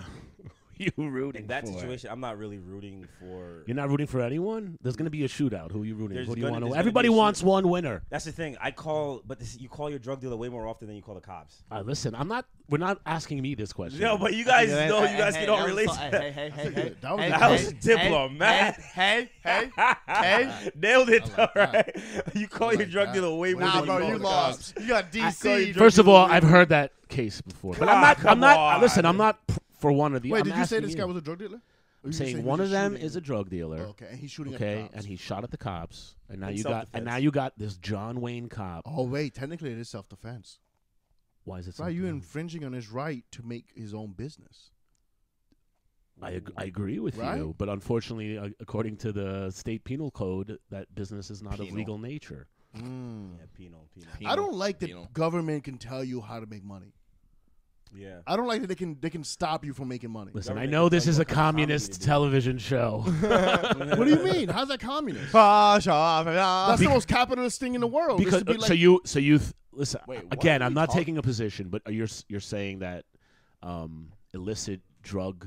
you rooting
In that situation, I'm not really rooting for.
You're not rooting for anyone. There's gonna be a shootout. Who are you rooting?
There's
Who do you
gonna-
want
there's
to?
gonna
Everybody
be a
wants one winner.
That's the thing. I call, but this, you call your drug dealer way more often than you call the cops.
All right, listen, I'm not. We're not asking me this question.
No, but you guys
Hey,
know,
hey,
you guys
hey,
can
that
all
was
relate.
so-
to
Hey, hey, hey, hey.
That was
hey,
good.
That
hey,
was diplomatic.
Hey, hey,
[laughs]
hey. hey.
that. Nailed it, though, right? [laughs] Oh, You call your
like
drug
that.
dealer way more.
Nah,
than
bro,
call
you
the cops.
lost. You got DC.
First of all, I've heard that case before, but I'm
Ah,
not. I'm
come
not.
on.
Listen, I'm not pr- for one of the.
Wait,
I'm
did you say
asking
this guy was a drug dealer? Or you just saying
saying
he
one
was
of
just
them
shooting
is a drug dealer?
Oh, okay, and he's shooting
okay,
at cops.
and he shot at the cops, and now
In
you got and
self-defense.
now you got this John Wayne cop.
Oh wait, technically it is self defense.
Why is it?
Right, you
self-defense?
infringing on his right to make his own business.
I, ag- I agree with
Right?
you, but unfortunately, uh, according to the state penal code, that business is not of legal nature.
Yeah, penal, penal.
I don't like that
penal.
government can tell you how to make money.
Yeah.
I don't like that they can they can stop you from making money.
Listen, I
Government
know
can
this
tell you
is a
what kind of comedy to
communist
do.
[laughs]
television show.
what do you mean? How's that communist?
That's
That's the most capitalist thing in the world. is
because
to be
uh,
like,
so you so you th- listen
Wait,
uh,
what
again
are
i'm
we
not
talk-
taking a position but are you're s- you're saying that um illicit drug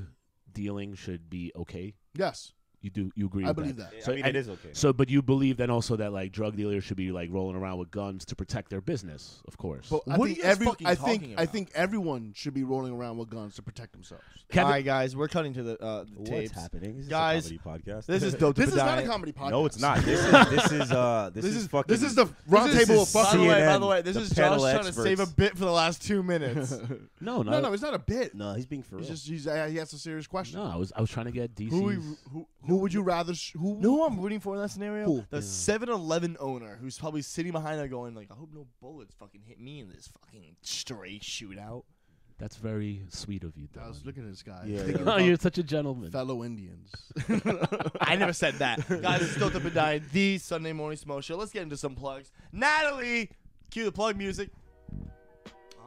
dealing should be okay
yes,
you do you agree
I
with
believe
that,
that.
So
I mean,
and-
it is okay.
so but you believe then also that like drug dealers should be like rolling around with guns to protect their business of course
But I
What are
think
you guys
every
fucking
I think
talking
I
about?
think everyone should be rolling around with guns to protect themselves.
Kevin-
All right, guys, we're cutting to the, uh, the tapes.
happening? Is this
Guys,
a comedy podcast?
This
[laughs]
is dope.
This
to
is not a
Diet.
comedy podcast.
no, it's not.
[laughs]
This is this is uh this,
This
is,
is-
fucking.
This is the round
this
table
is
of fucking.
By the way, by the
CNN,
way, this
the
is Josh
panel
trying to
experts.
save a bit for the last two minutes.
no no
no, no, it's not a bit.
No, he's being for
It's
real.
just he's, uh, he has a serious question.
no, i was i was trying to get dc
Who we- who who would you rather? Sh- who
No, I'm rooting for in that scenario?
Who?
The 7 Eleven owner who's probably sitting behind there going, like, I hope no bullets fucking hit me in this fucking stray shootout.
that's very sweet of you
I was
Don.
looking at this guy.
Yeah,
thinking
oh [laughs]
about
you're such a gentleman
fellow Indians. [laughs]
I never said that. [laughs] Guys, it's still the Bedine, the Sunday morning smoke show. Let's get into some plugs. Natalie, cue the plug music.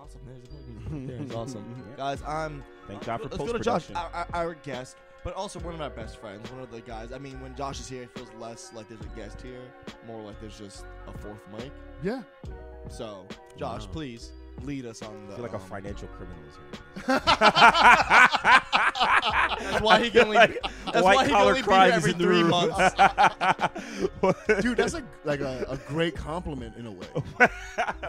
Awesome. There's the plug music. There, it's [laughs] awesome. Guys, I'm.
Thank God for
Let's go to Josh,
post-production.
our, our, our guest, but also one of our best friends, one of the guys. I mean, when Josh is here, it feels less like there's a guest here, more like there's just a fourth mic.
yeah.
So, Josh, please lead us on the.
I feel like a
um,
financial criminal is here.
That's why [laughs] he can only.
[laughs] Like,
that's
white
why he can
collar
only be
crime
here
is
every
in the
three
room.
months.
[laughs]
Dude, that's a, like a, a great compliment in a way.
[laughs]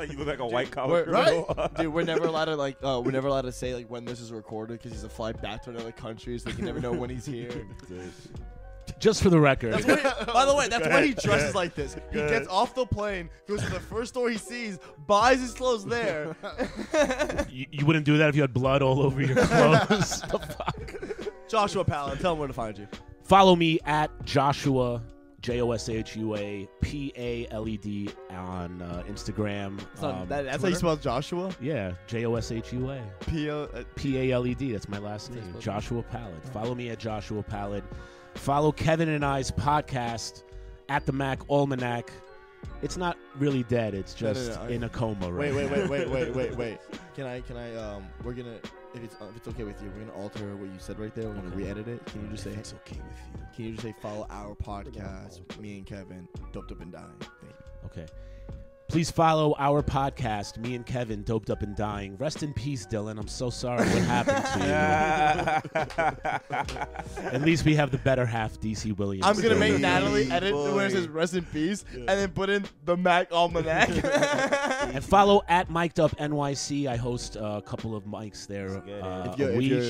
you look like a white collar
We're,
criminal.
[laughs]
[laughs]
Dude, we're never allowed to like. Uh, we're never allowed to
[laughs]
say like when this is recorded because he's a fly back to another country, so they can never know when he's here.
Just for the record.
That's [laughs] what he- by the way, that's why he
ahead.
dresses like this. He
Go
gets
ahead.
off the plane, goes to the first store he sees, buys his clothes [laughs] there.
you, you wouldn't do that if you had blood all
[laughs]
over your clothes.
Joshua Palin, tell him where to find you.
Follow me at Joshua J O S H U A P A L E D on uh, Instagram. Um,
It's on- that- that's how you spell Joshua.
Yeah, J O S H U A
P O uh,
P A L E D. That's my last name, Joshua Pallet. Follow me at Joshua Pallet. Follow Kevin and I's podcast at the Mac Almanac. It's not really dead. It's
No, no,
just
no,
in a coma right
Wait, wait,
now.
wait,
[laughs]
wait, wait, wait, wait. Can I? Can I? Um, we're gonna. If it's if it's okay with you, we're gonna alter what you said right there. We're gonna re-edit it. Can you just say? It's
okay with you.
Can you just say follow our podcast, me and Kevin, doped up and dying. Thank you.
Okay. Please follow our podcast, me and Kevin, Doped Up and Dying. Rest in peace, Dylan. I'm so sorry
[laughs]
what happened to you. At least we have the better half, DC Williams.
I'm gonna make
Hey,
Natalie edit where it says rest in peace, and then put in the Mac [laughs] Almanac.
And follow at Mic'd Up NYC. I host uh, a couple of mics there uh,
if you're,
a
if
week.
you're,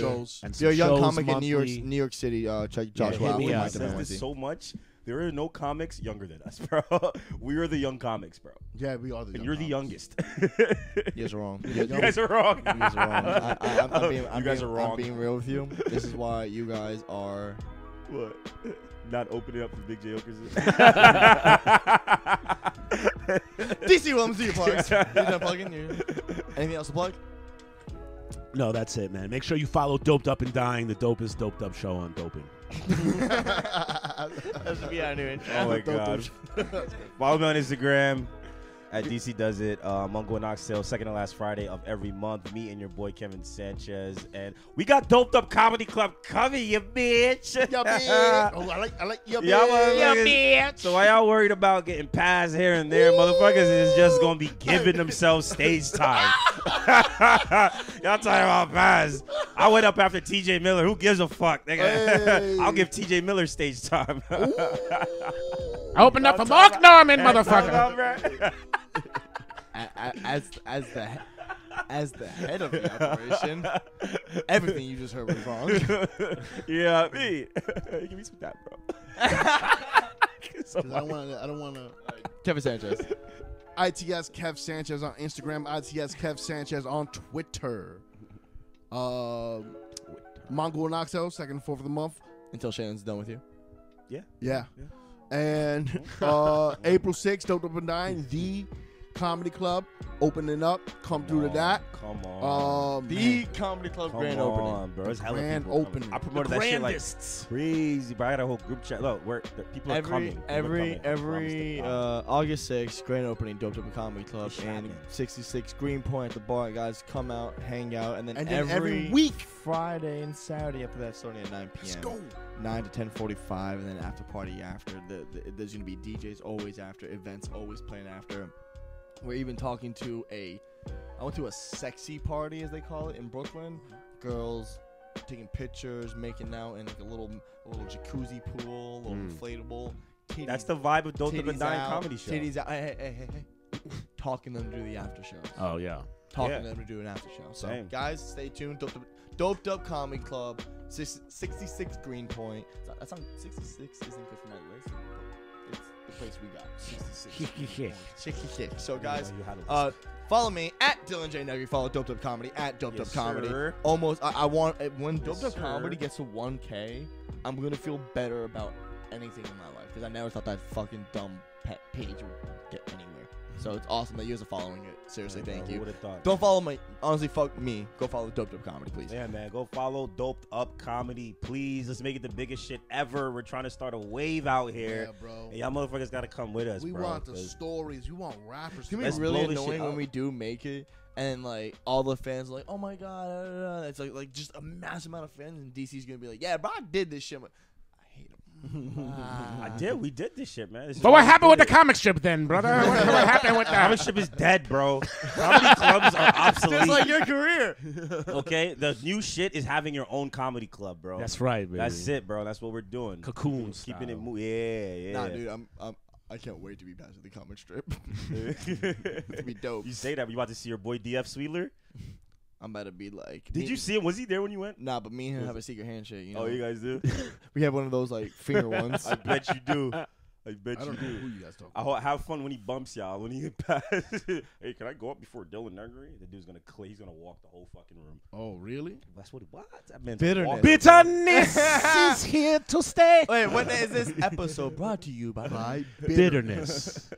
and
if you're a
some
young
shows
comic in New York,
monthly.
New York City, uh, check
Yeah,
Joshua
hit
out.
me
with
up.
Mike
Says
Demonte.
this so much. There are no comics younger than us, [laughs] bro. we are the young comics, bro.
Yeah, we are the
And
young
you're the youngest. [laughs]
You guys are wrong.
You guys are wrong.
You guys are wrong. I, I, I'm, I'm being, I'm
[laughs] you guys
being,
are wrong.
I'm being real with you. This is why you guys
[laughs]
are.
What? Not opening up for Big
[laughs]
J Oakers.
DC Williams, do your plugs. You're done plugging.
[laughs]
You- Anything else to plug?
No, that's it, man. Make sure you follow Doped Up and Dying, the dopest Doped Up show on Doping.
That should be our new intro.
[laughs] Oh my god.
[laughs]
Follow me on Instagram at DC Does It. Uh, Mungo and Oxtail, second to last Friday of every month. Me and your boy Kevin Sanchez. And we got Doped Up Comedy Club coming, you bitch. [laughs]
Yeah, bitch. Oh, I like, I like, yeah,
Y'all
bitch.
motherfuckers- So why y'all worried about getting passed here and there? Motherfuckers is just gonna be giving themselves stage time. [laughs] y'all talking about pass. I went up after TJ Miller. Who gives a fuck? Nigga? [laughs] I'll give TJ Miller stage time.
I opened up for Mark Norman,
[laughs]
motherfucker.
As as the he- as the head of the operation, everything you just heard was [laughs] wrong.
[laughs] yeah, me. [laughs] Give me some that, bro. So
'Cause I don't want to. I don't want to.
Kevin Sanchez.
ITS Kev Sanchez on Instagram, ITS Kev Sanchez on Twitter. Um, Mongo and Oxo, second and fourth of the month.
Until Shannon's done with you.
Yeah. And uh, April 6th, Dope Up and Dying, the comedy club opening up. Come through to that.
Come on.
Um,
The comedy club
Come
grand
on,
opening.
bro. It's hella
Grand
people coming.
opening.
I promoted
The
that shit like
grandists.
crazy, bro. I got a whole group chat. Look, we're, the people are coming.
Every every
People are coming. I promise
every
to
uh,
God.
August 6th, grand opening, doped up a comedy club,
Shot
and
it.
66 Greenpoint at the bar. Guys, come out, hang out, and then,
And then every
every
week.
Friday and Saturday after that, starting at 9 p.m.
Let's go.
9 to 10:45 and then after party after the, the, there's going to be DJs always after events always playing after we're even talking to a I went to a sexy party as they call it in Brooklyn girls taking pictures making out in like a little a little jacuzzi pool a little inflatable titties,
Hmm. That's the vibe of Dope
titties
and Dying
out,
comedy show.
titties out hey, hey, hey, hey, hey. talking them through the after shows
Oh, yeah.
talking
Yeah.
to them to do an after show. So,
Same.
guys, stay tuned. Doped up, Doped up Comedy Club, six- 66 Greenpoint. It's not- That's on 66 isn't good for my list, but it's the place we got. 66. Greenpoint. 66. so, guys,
you had a
uh, follow me at Dylan J. Nuggery. Follow Doped Up Comedy at Doped
Yes,
Up Comedy.
sir.
Almost, I, I want, uh, when Doped Up
sir.
Comedy gets to 1K, I'm going to feel better about anything in my life because I never thought that fucking dumb pet page would get anywhere. So, it's awesome that you guys are following it. Seriously,
Yeah,
thank
bro,
you.
Who would have thought?
Don't follow me. Honestly, fuck me. Go follow Dope Dope Comedy, please.
Yeah, man. Go follow Doped Up Comedy, please. Let's make it the biggest shit ever. We're trying to start a wave out here.
Yeah, bro.
And y'all motherfuckers got to come with us,
we
bro.
want the
'cause-
stories. We want rappers.
It's gonna be
Let's
really
blow this shit
annoying when
up.
we do make it, and like all the fans are like, "Oh my god!" da, da, da." It's like like just a massive amount of fans, and DC's gonna be like, "Yeah, bro, I did this shit." I'm like, I hate him.
[laughs] I did. We did this shit, man. This is
But
why
what
we
happened
do
with the
it.
comic strip then, brother? What, what happened with
Comedy
that?
strip is dead, bro. Comedy clubs
[laughs]
are obsolete. Just like your career. okay, the new shit is having your own comedy club, bro.
That's right, baby.
That's it, bro. That's what we're doing.
Cocoon
Keeping it
style.
moving. Yeah, yeah.
Nah, dude, I'm, I'm I can't wait to be back to the [laughs] comic strip. It'd be dope.
[laughs] You say that, but you about to see your boy DF Sweetler?
I'm about to be like.
Did you see him? Was he there when you went?
Nah, but me and him have a secret handshake. You know?
Oh, you guys do.
we had one of those like finger ones.
[laughs] I bet you
[laughs]
do. I bet
I
you
don't know who
do.
you guys talking.
I ho- have fun when he bumps y'all. When he passes, [laughs] hey, can I go up before Dylan Negri? The dude's gonna clear. He's gonna walk the whole fucking room.
Oh, really?
That's what. What? That man's
Bitterness.
walking.
Bitterness is here to stay.
Wait, what
[laughs]
is this episode brought to you by?
By
Bitterness.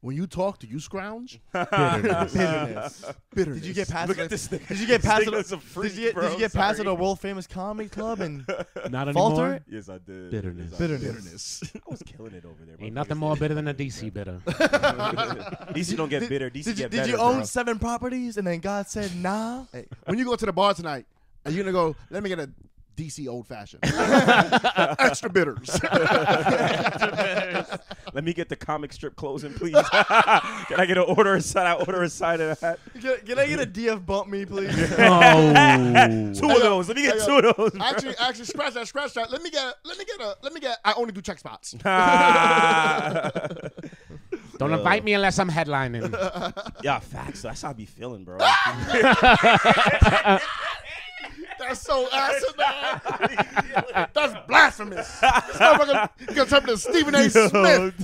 When you talk, do you scrounge?
Bitterness.
Bitterness.
Bitterness.
Did you get past?
Look
the-
at this nigga.
Did you get
This
past?
nigga's
the-
a freak,
did you get,
bro.
did you get past
Sorry.
the world
[laughs]
famous comedy club and
Not anymore.
falter?
Yes, I did.
Bitterness.
Yes, I did.
Bitterness.
I was killing it over there.
Ain't
motherfuckers.
nothing
[laughs]
more bitter than a DC bitter.
DC don't get
Did-
bitter. DC
Did you,
get
did
better. [laughs]
you own
bro.
seven properties and then God said nah?
Hey, when you go to the bar tonight, are you gonna go? Let me get a DC old fashioned,
[laughs]
extra bitters.
Let me get the comic strip closing, please. [laughs] Can I get an order aside? I order aside of that.
Can, can I get a DF bump
[laughs]
me, please?
Oh.
Two of those. Let me get two of those. bro.
actually, actually, scratch that, scratch that. Let me get, a, let me get a, let me get. I only do check spots.
[laughs]
Don't invite me unless I'm headlining.
yeah, facts. That's how I be feeling, bro.
That's so asinine.
[laughs]
That's blasphemous. This motherfucker gonna turn into
[laughs]
Stephen A. Smith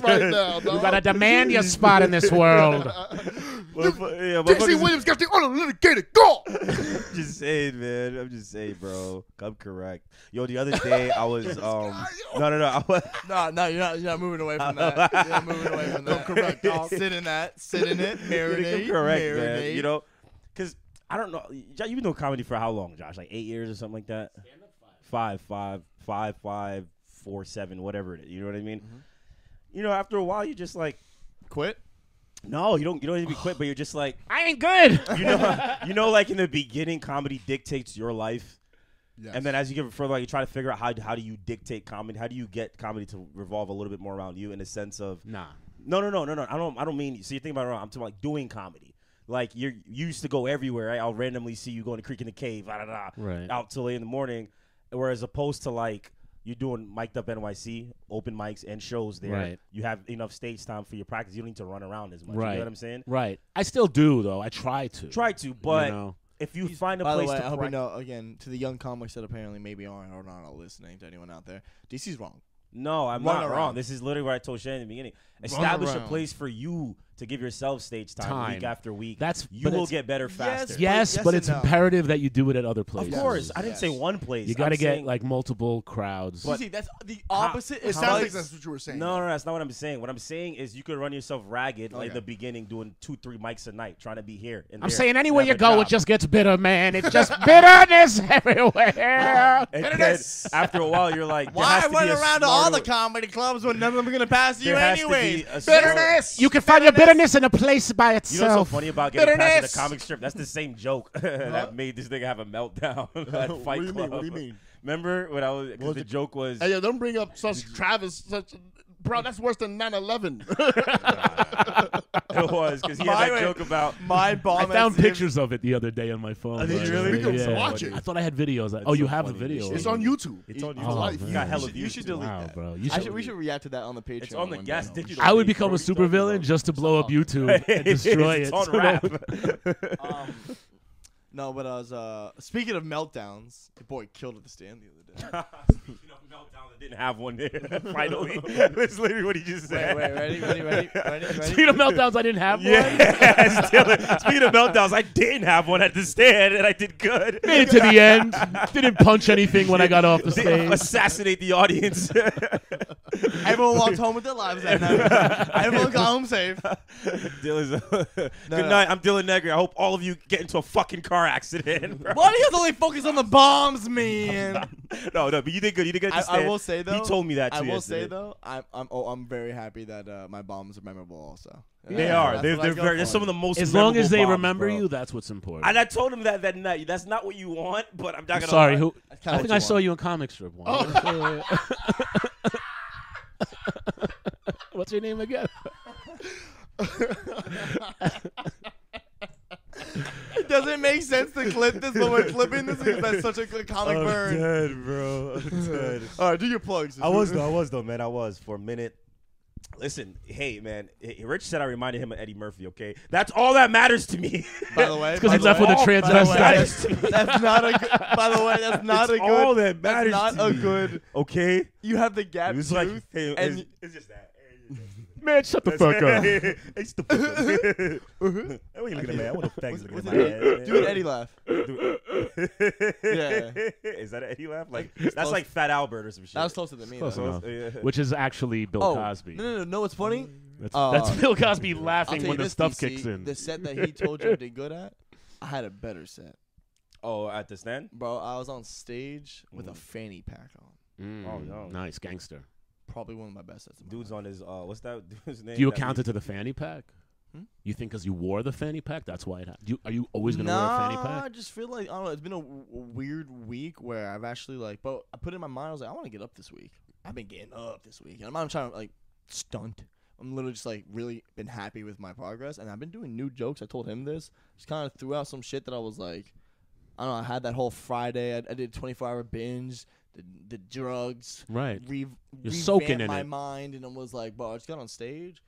right now. Dog.
You gotta
[laughs]
demand your spot in this world.
[laughs] Motherfu- yeah,
Dixie
motherfuckers-
Williams got the unlitigated goal.
I'm just [laughs] saying, man. I'm just saying, bro. I'm correct. Yo, the other day I was um no no no I was,
No, no, you're not, you're not moving away from that. You're not moving away
[laughs]
from that.
correct, dog.
[laughs] Sit in that. Sit
[laughs]
in it. Marinate.
You're correct, man.
marinate.
You know, because I don't know. Josh, You've been doing comedy for how long, Josh? Like eight years or something like that. Five, five, five, five, four, seven, whatever it is. You know what I mean? You know, after a while, you just like
Quit.
no, you don't. You don't need to be quit, but you're just like
[sighs] I ain't good.
you know, you know, like in the beginning, comedy dictates your life.
Yes.
And then as you get further, like, you try to figure out how how do you dictate comedy? How do you get comedy to revolve a little bit more around you in the sense of
Nah.
no, no, no, no, no. I don't. I don't mean. So you think about it wrong. I'm talking about doing comedy. Like you're you used to go everywhere. Right? I'll randomly see you going to creek in the cave, da, da, da,
Right.
out till late in the morning. Whereas opposed to like you're doing mic'd up NYC, open mics and shows there.
Right.
You have enough stage time for your practice. You don't need to run around as much. You
Right.
know what I'm saying?
Right. I still do though. I try to.
Try to, but
know.
if you find a
By the
place
way,
to
I hope you
prac-
know again to the young comics that apparently maybe aren't or not listening to anyone out there. DC's wrong.
No, I'm
Run
not wrong.
around.
This is literally what I told Shannon in the beginning. Establish a
around.
place for you to give yourself stage time,
Time.
week after week.
That's-
you
but
will
it's-
get better faster.
Yes,
yes
but
and
it's
no.
imperative that you do it at other
Of
places.
course. I didn't say one place.
You got to
I'm
get
saying-
like multiple crowds.
You see, that's the opposite.
It
is
sounds
like-
like that's what you were saying.
No, no, no, that's not what I'm saying. What I'm saying is you could run yourself
Oh,
ragged like in the beginning, doing two, three mics a night, trying to be here. And
I'm
there,
saying
and
anywhere you
have a
go, it
job.
just gets bitter, man. It's just
[laughs]
bitterness everywhere.
And then after a while,
[laughs]
you're like, there
Why
has to be
run
a
around to all
smarter
the
way-
comedy clubs when none of them are gonna pass you
There has to be
anyways?
a smarter-
Bitterness.
You can find your bitterness in a place by
You know what's so
itself.
funny about getting past
Bitterness.
the comic strip? That's the same joke [laughs] that made this nigga have a meltdown [laughs] at
[laughs] What
Fight
do you
Club.
mean? What do you mean?
Remember when I was? Because the joke was.
Hey, yo, don't bring up such Travis, such bro. That's worse than
[laughs]
9/11.
It was because he had
My
[laughs]
that
way-
joke about.
My bomb.
I found
accident-
pictures of it the other day on my phone.
did you really?
We can
Yeah.
watch it.
I thought I had videos. oh, you
so
have
funny.
the video.
It's on YouTube.
It's on
It's
YouTube.
live.
man.
you got hella
You should-
views.
you should delete
wow,
that.
bro. You
I
should,
should, we should react to that on the Patreon.
It's on the
one
gas
day.
digital.
I would
page,
become
bro.
a supervillain just to
[laughs]
blow up YouTube
[laughs]
and destroy it. [laughs]
it's on
So
rap. [laughs]
that-
Um, no, but I was uh, speaking of meltdowns. Your boy killed at the stand the other
[laughs]
day.
Speaking of meltdown, I didn't have one there. [laughs]
[laughs]
Finally, that's literally what he just
Wait,
said.
wait, ready, ready, ready, ready, ready. [laughs]
Speaking of meltdowns, I didn't have one.
[laughs] Yeah, [laughs] still, speaking of meltdowns, I didn't have one at the stand, and I did good. [laughs]
Made it to the end. Didn't punch anything when I got off the
Did
stage.
assassinate the audience. [laughs]
Everyone walked home with their lives that night. Everyone got home
[laughs]
safe.
Dylan's good
no.
night. I'm Dylan Negri. I hope all of you get into a fucking car accident. bro.
Why do you guys only focus on the bombs, man?
[laughs] no, no, but you did good. You did good. At the
I, I
stand.
will say though.
he told me that.
I
too
will
yesterday.
say though, I'm, I'm oh, I'm very happy that uh, my bombs are memorable. Also,
They
Yeah, [laughs]
are.
that's
They're,
what I
they're
go
very. They're
for.
some of the most.
As long as they
memorable bombs,
remember
bro.
you, that's what's important.
And I told him that that night. That's not what you want, but I'm not
I'm
gonna.
sorry,
[laughs]
lie.
who?
That's kinda
I
what
think
you
I saw
want.
you in comic strip once. Oh. [laughs] What's your name again?
It doesn't make sense to clip this, but we're clipping this because that's such a good comic
Oh,
Oh,
[laughs]
burn.
dead, bro. I'm dead.
All right, do your plugs.
I was though. I was though, man. I was for a minute. Listen, hey man, H- Rich said I reminded him of Eddie Murphy. Okay, that's all that matters to me.
By
[laughs]
the way,
'cause he left with a
[laughs]
transvestite.
That's not a. Good, by the way, that's not
It's
a good.
all that
that's
matters
not
to
a
me.
good.
Okay,
You have the gap
it was
tooth,
like hey,
and
it's, it's just that.
Man, shut the fuck up.
[laughs] It's the fuck up.
Uh-huh.
I ain't looking at me. I want a fag looking at my ass.
do an Eddie laugh.
[laughs] yeah. Is that an Eddie laugh? Like that's
close.
like Fat Albert or some shit.
That was closer than me.
Close
though.
enough.
yeah.
Which is actually Bill
Oh,
Cosby.
No, no, no, no. What's funny?
That's,
Uh,
that's Bill Cosby
I'll
laughing
tell
when
you
the
this,
stuff
DC,
kicks in.
The set that he told you I did good at, I had a better set,
Oh, at the stand.
bro. I was on stage with a fanny pack on.
[laughs] Mm,
Oh, no.
Nice gangster.
Probably one of my best sets. of my
Dude's
life.
on his. Uh, what's that [laughs] dude's name?
Do you
that
account
we-
it to the fanny pack?
Hmm?
You think because you wore the fanny pack, that's why it happened? You, are you always going to wear a fanny
Nah,
pack?
I just feel like I don't know. It's been a w- weird week where I've actually like, but I put it in my mind. I was like, I want to get up this week. I've been getting up this week, and I'm not trying to like stunt. I'm literally just like really been happy with my progress, and I've been doing new jokes. I told him this. Just kind of threw out some shit that I was like, I don't know. I had that whole Friday. I, I did 24 hour binge. The, the drugs.
Right.
Re-
You're soaking
revamped
in
my
it.
mind, and I was like, bro, I just got on stage,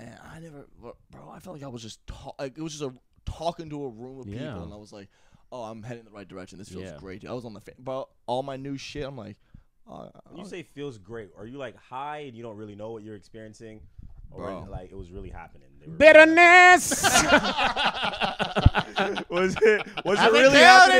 and I never, bro, I felt like I was just ta- like it was just a talking to a room of
Yeah.
people, and I was like, oh, I'm heading in the right direction. This feels
Yeah.
great. I was on the fa- bro, all my new shit. I'm like, oh,
When You say feels great. Are you like high and you don't really know what you're experiencing, or
Bro.
is it, like it was really happening? They were
Bitterness.
was it? Was it
really happening?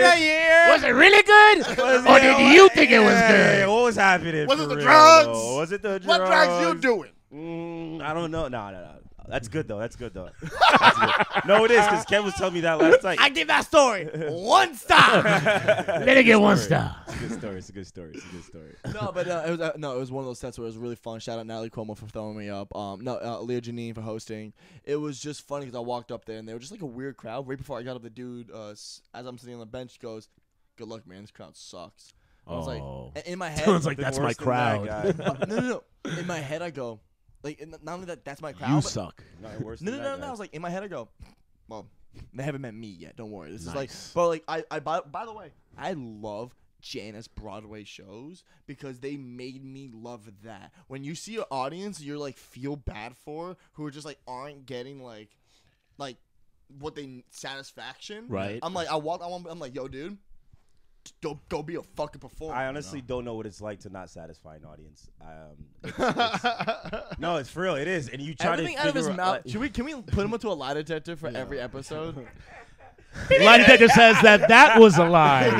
[laughs]
was it really good? or did you think it was good?
what was happening?
Was
for
it the
real,
drugs?
though? Was it the drugs?
What drugs you doing?
Mm, I don't know. No, no, no. That's good though. That's good though. That's good. No, it is because Kev was telling me that last [laughs] night.
give that story one star. Let it get one star.
It's a good story. It's a good story. It's a good story.
no, but uh, it was uh, no, it was one of those sets where it was really fun. Shout out Natalie Cuomo for throwing me up. Um, no, uh, Leah Janine for hosting. It was just funny because I walked up there and they were just like a weird crowd. Right before I got up, the dude, uh, s- as I'm sitting on the bench, goes, "Good luck, man. This crowd sucks." I was
Oh.
like, in
[laughs]
my head,
Sounds like that's my
Worse than that
crowd.
guy. [laughs]
Uh, no, no,
[laughs]
no. In my head, I go, like, and not only that, that's my crowd.
You
but-
[laughs] suck.
Not worse
no, no,
than
no, no,
that
no.
guy.
I was like, in my head, I go, well, they haven't met me yet. Don't worry. This
Nice.
is like, but like, I, I, by, by the way, I love Janice Broadway shows because they made me love that. When you see an audience, you're like feel bad for who are just like aren't getting like, like, what they satisfaction.
Right.
I'm like, I walk. I want, I'm like, yo, dude, go go be a fucking performer.
I honestly don't know what it's like to not satisfy an audience. Um, it's- it's- no, it's for real. It is, and you try
Everything
to
out of his
figure
mouth.
like-
Should we? Can we put him into a lie detector for every
[laughs]
episode?
Lie detector says that that was a [laughs] lie.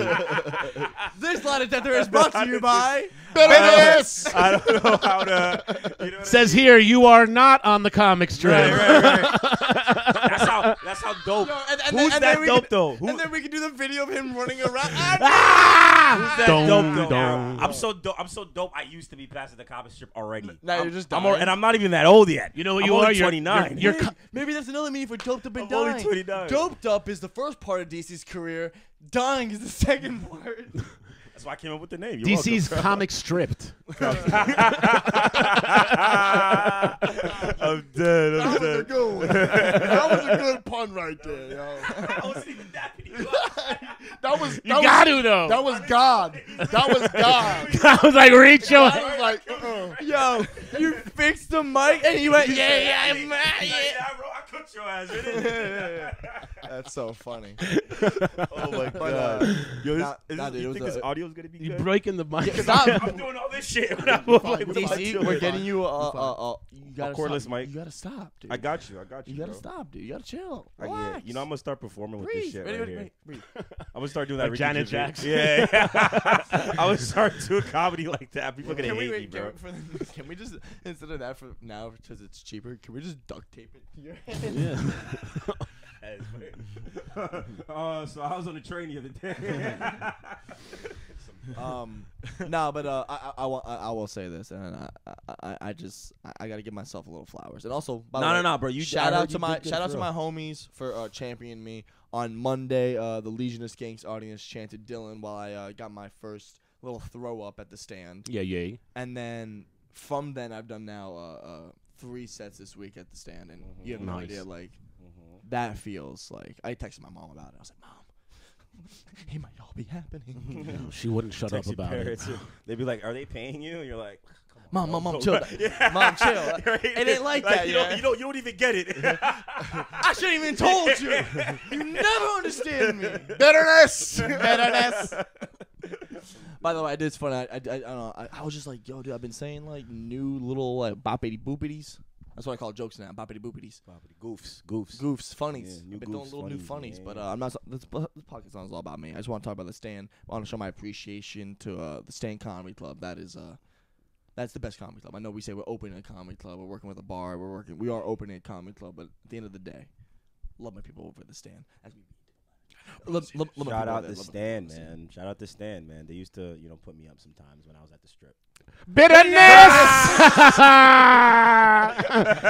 this lie detector is brought to you by.
Bitterness.
I don't know how to. You know what I
says here you are not on the comic strip.
[laughs] mean? Right, right, right. that's how. That's how dope.
Yo, and- and-
Who's
and
that
then we
dope
could-
though? Who,
And then we can do the video of him
[laughs]
running around. Ah!
who's that
Dun,
dope though?
dun.
I'm so dope. I'm so dope. I used to be passing the comic strip already.
Now
I'm,
you're just
I'm al-
dying.
and I'm not even that old yet.
You know what
I'm
you
only
are? You're-
29.
you're- you're
Maybe- Maybe that's another meaning for doped up and
I'm only
dying.
29.
Doped up is the first part of DC's career. Dying is the [laughs] second part.
that's why I came up with the name. You're
DC's
welcome. [laughs]
comic stripped.
I'm dead. I'm
That was a
dead.
good one. That was a good pun right there, yo.
I wasn't even that many.
[laughs]
That was that
You got
was,
to though.
That was God. That was
[laughs]
God.
[laughs] I was like, reach [laughs] your.
I was like, uh-uh.
Yo, you fixed the mic and you went, yeah,
[laughs]
yeah,
Hey,
man, yeah.
yeah, bro, I cooked your ass.
[laughs]
You didn't.
That's so funny.
[laughs]
uh,
oh my god. Yo, this,
Nah,
is
nah,
this,
dude, it
you
was
think this
a-
audio's gonna be
You
good?
breaking the mic.
[laughs] I'm doing all this shit. when I'm like, what am I
DC,
doing?
we're getting you a, a, a, a you gotta
cordless
stop.
mic.
You gotta stop, dude.
I got you. I got you.
you gotta
bro.
stop, dude. You gotta chill.
I, yeah,
Relax.
you know I'm gonna start performing with this
breathe.
shit
Ready,
right
ready,
here.
ready,
[laughs]
breathe.
I'm gonna start doing that.
Like
Ricky
Janet
Gervais.
Jackson.
Yeah, [laughs] yeah. I'm gonna start doing comedy like that. People are gonna
Can we,
hate me,
wait,
bro.
can, [laughs] we, for, can we just instead of that for now because it's cheaper? Can we just duct tape it? to your head?
[laughs] uh, so I was on the train the other [laughs] day.
[laughs] um, no, but uh, I, I, I, wa- I, I will say this, and I, I- I, I just I, I got to give myself a little flowers, and also by the
No, no,
way,
no, bro, you- I
shout
heard
out
you
to my
did good
shout out
for
to my homies for uh, championing me on Monday. Uh, the Legion of Skanks audience chanted Dylan while I uh, got my first little throw up at the stand,
[laughs] Yeah, yeah.
and then from then I've done now uh, uh, three sets this week at the stand, and you have no
Nice.
idea like that feels like. I texted my mom about it. I was like, Mom, [laughs] it might all be happening.
[laughs] She wouldn't shut up
Text your [laughs]
about it.
parents. They'd be like, "Oh, "Are they paying you?" And you're like, "Come
mom, mom, mom,
[laughs]
chill, [laughs] mom, chill. It ain't like that,
You,
yeah.
don't, you don't. You don't even get it.
I should
[laughs]
have even [laughs] told
[laughs]
you. You never understand me.
Bitterness.
Bitterness. By the way, I did. It's funny. I, I, I, I don't know. I, I was just like, yo, dude. I've been saying like new little like boppity boopities. That's what I call jokes now. Boppity boopities.
Goofs, goofs.
Goofs, funnies.
Yeah, new
I've been doing
goofs,
little new
funnies,
funnies,
yeah,
but
yeah.
uh, I'm not. This, po- this podcast is all about me. I just want to talk about the Stan. I want to show my appreciation to uh, the Stan Comedy Club. That is uh, that's the best comedy club. I know we say we're opening a comedy club. We're working with a bar. We're working. We are opening a comedy club, but at the end of the day, love my people over at the Stan. That's me. Love, love, love my
Shout
people
out
over there. Love
to
my people
Stan,
over there.
man. Shout out to Stan, man. They used to, you know, put me up sometimes when I was at the strip.
Bitterness! [laughs]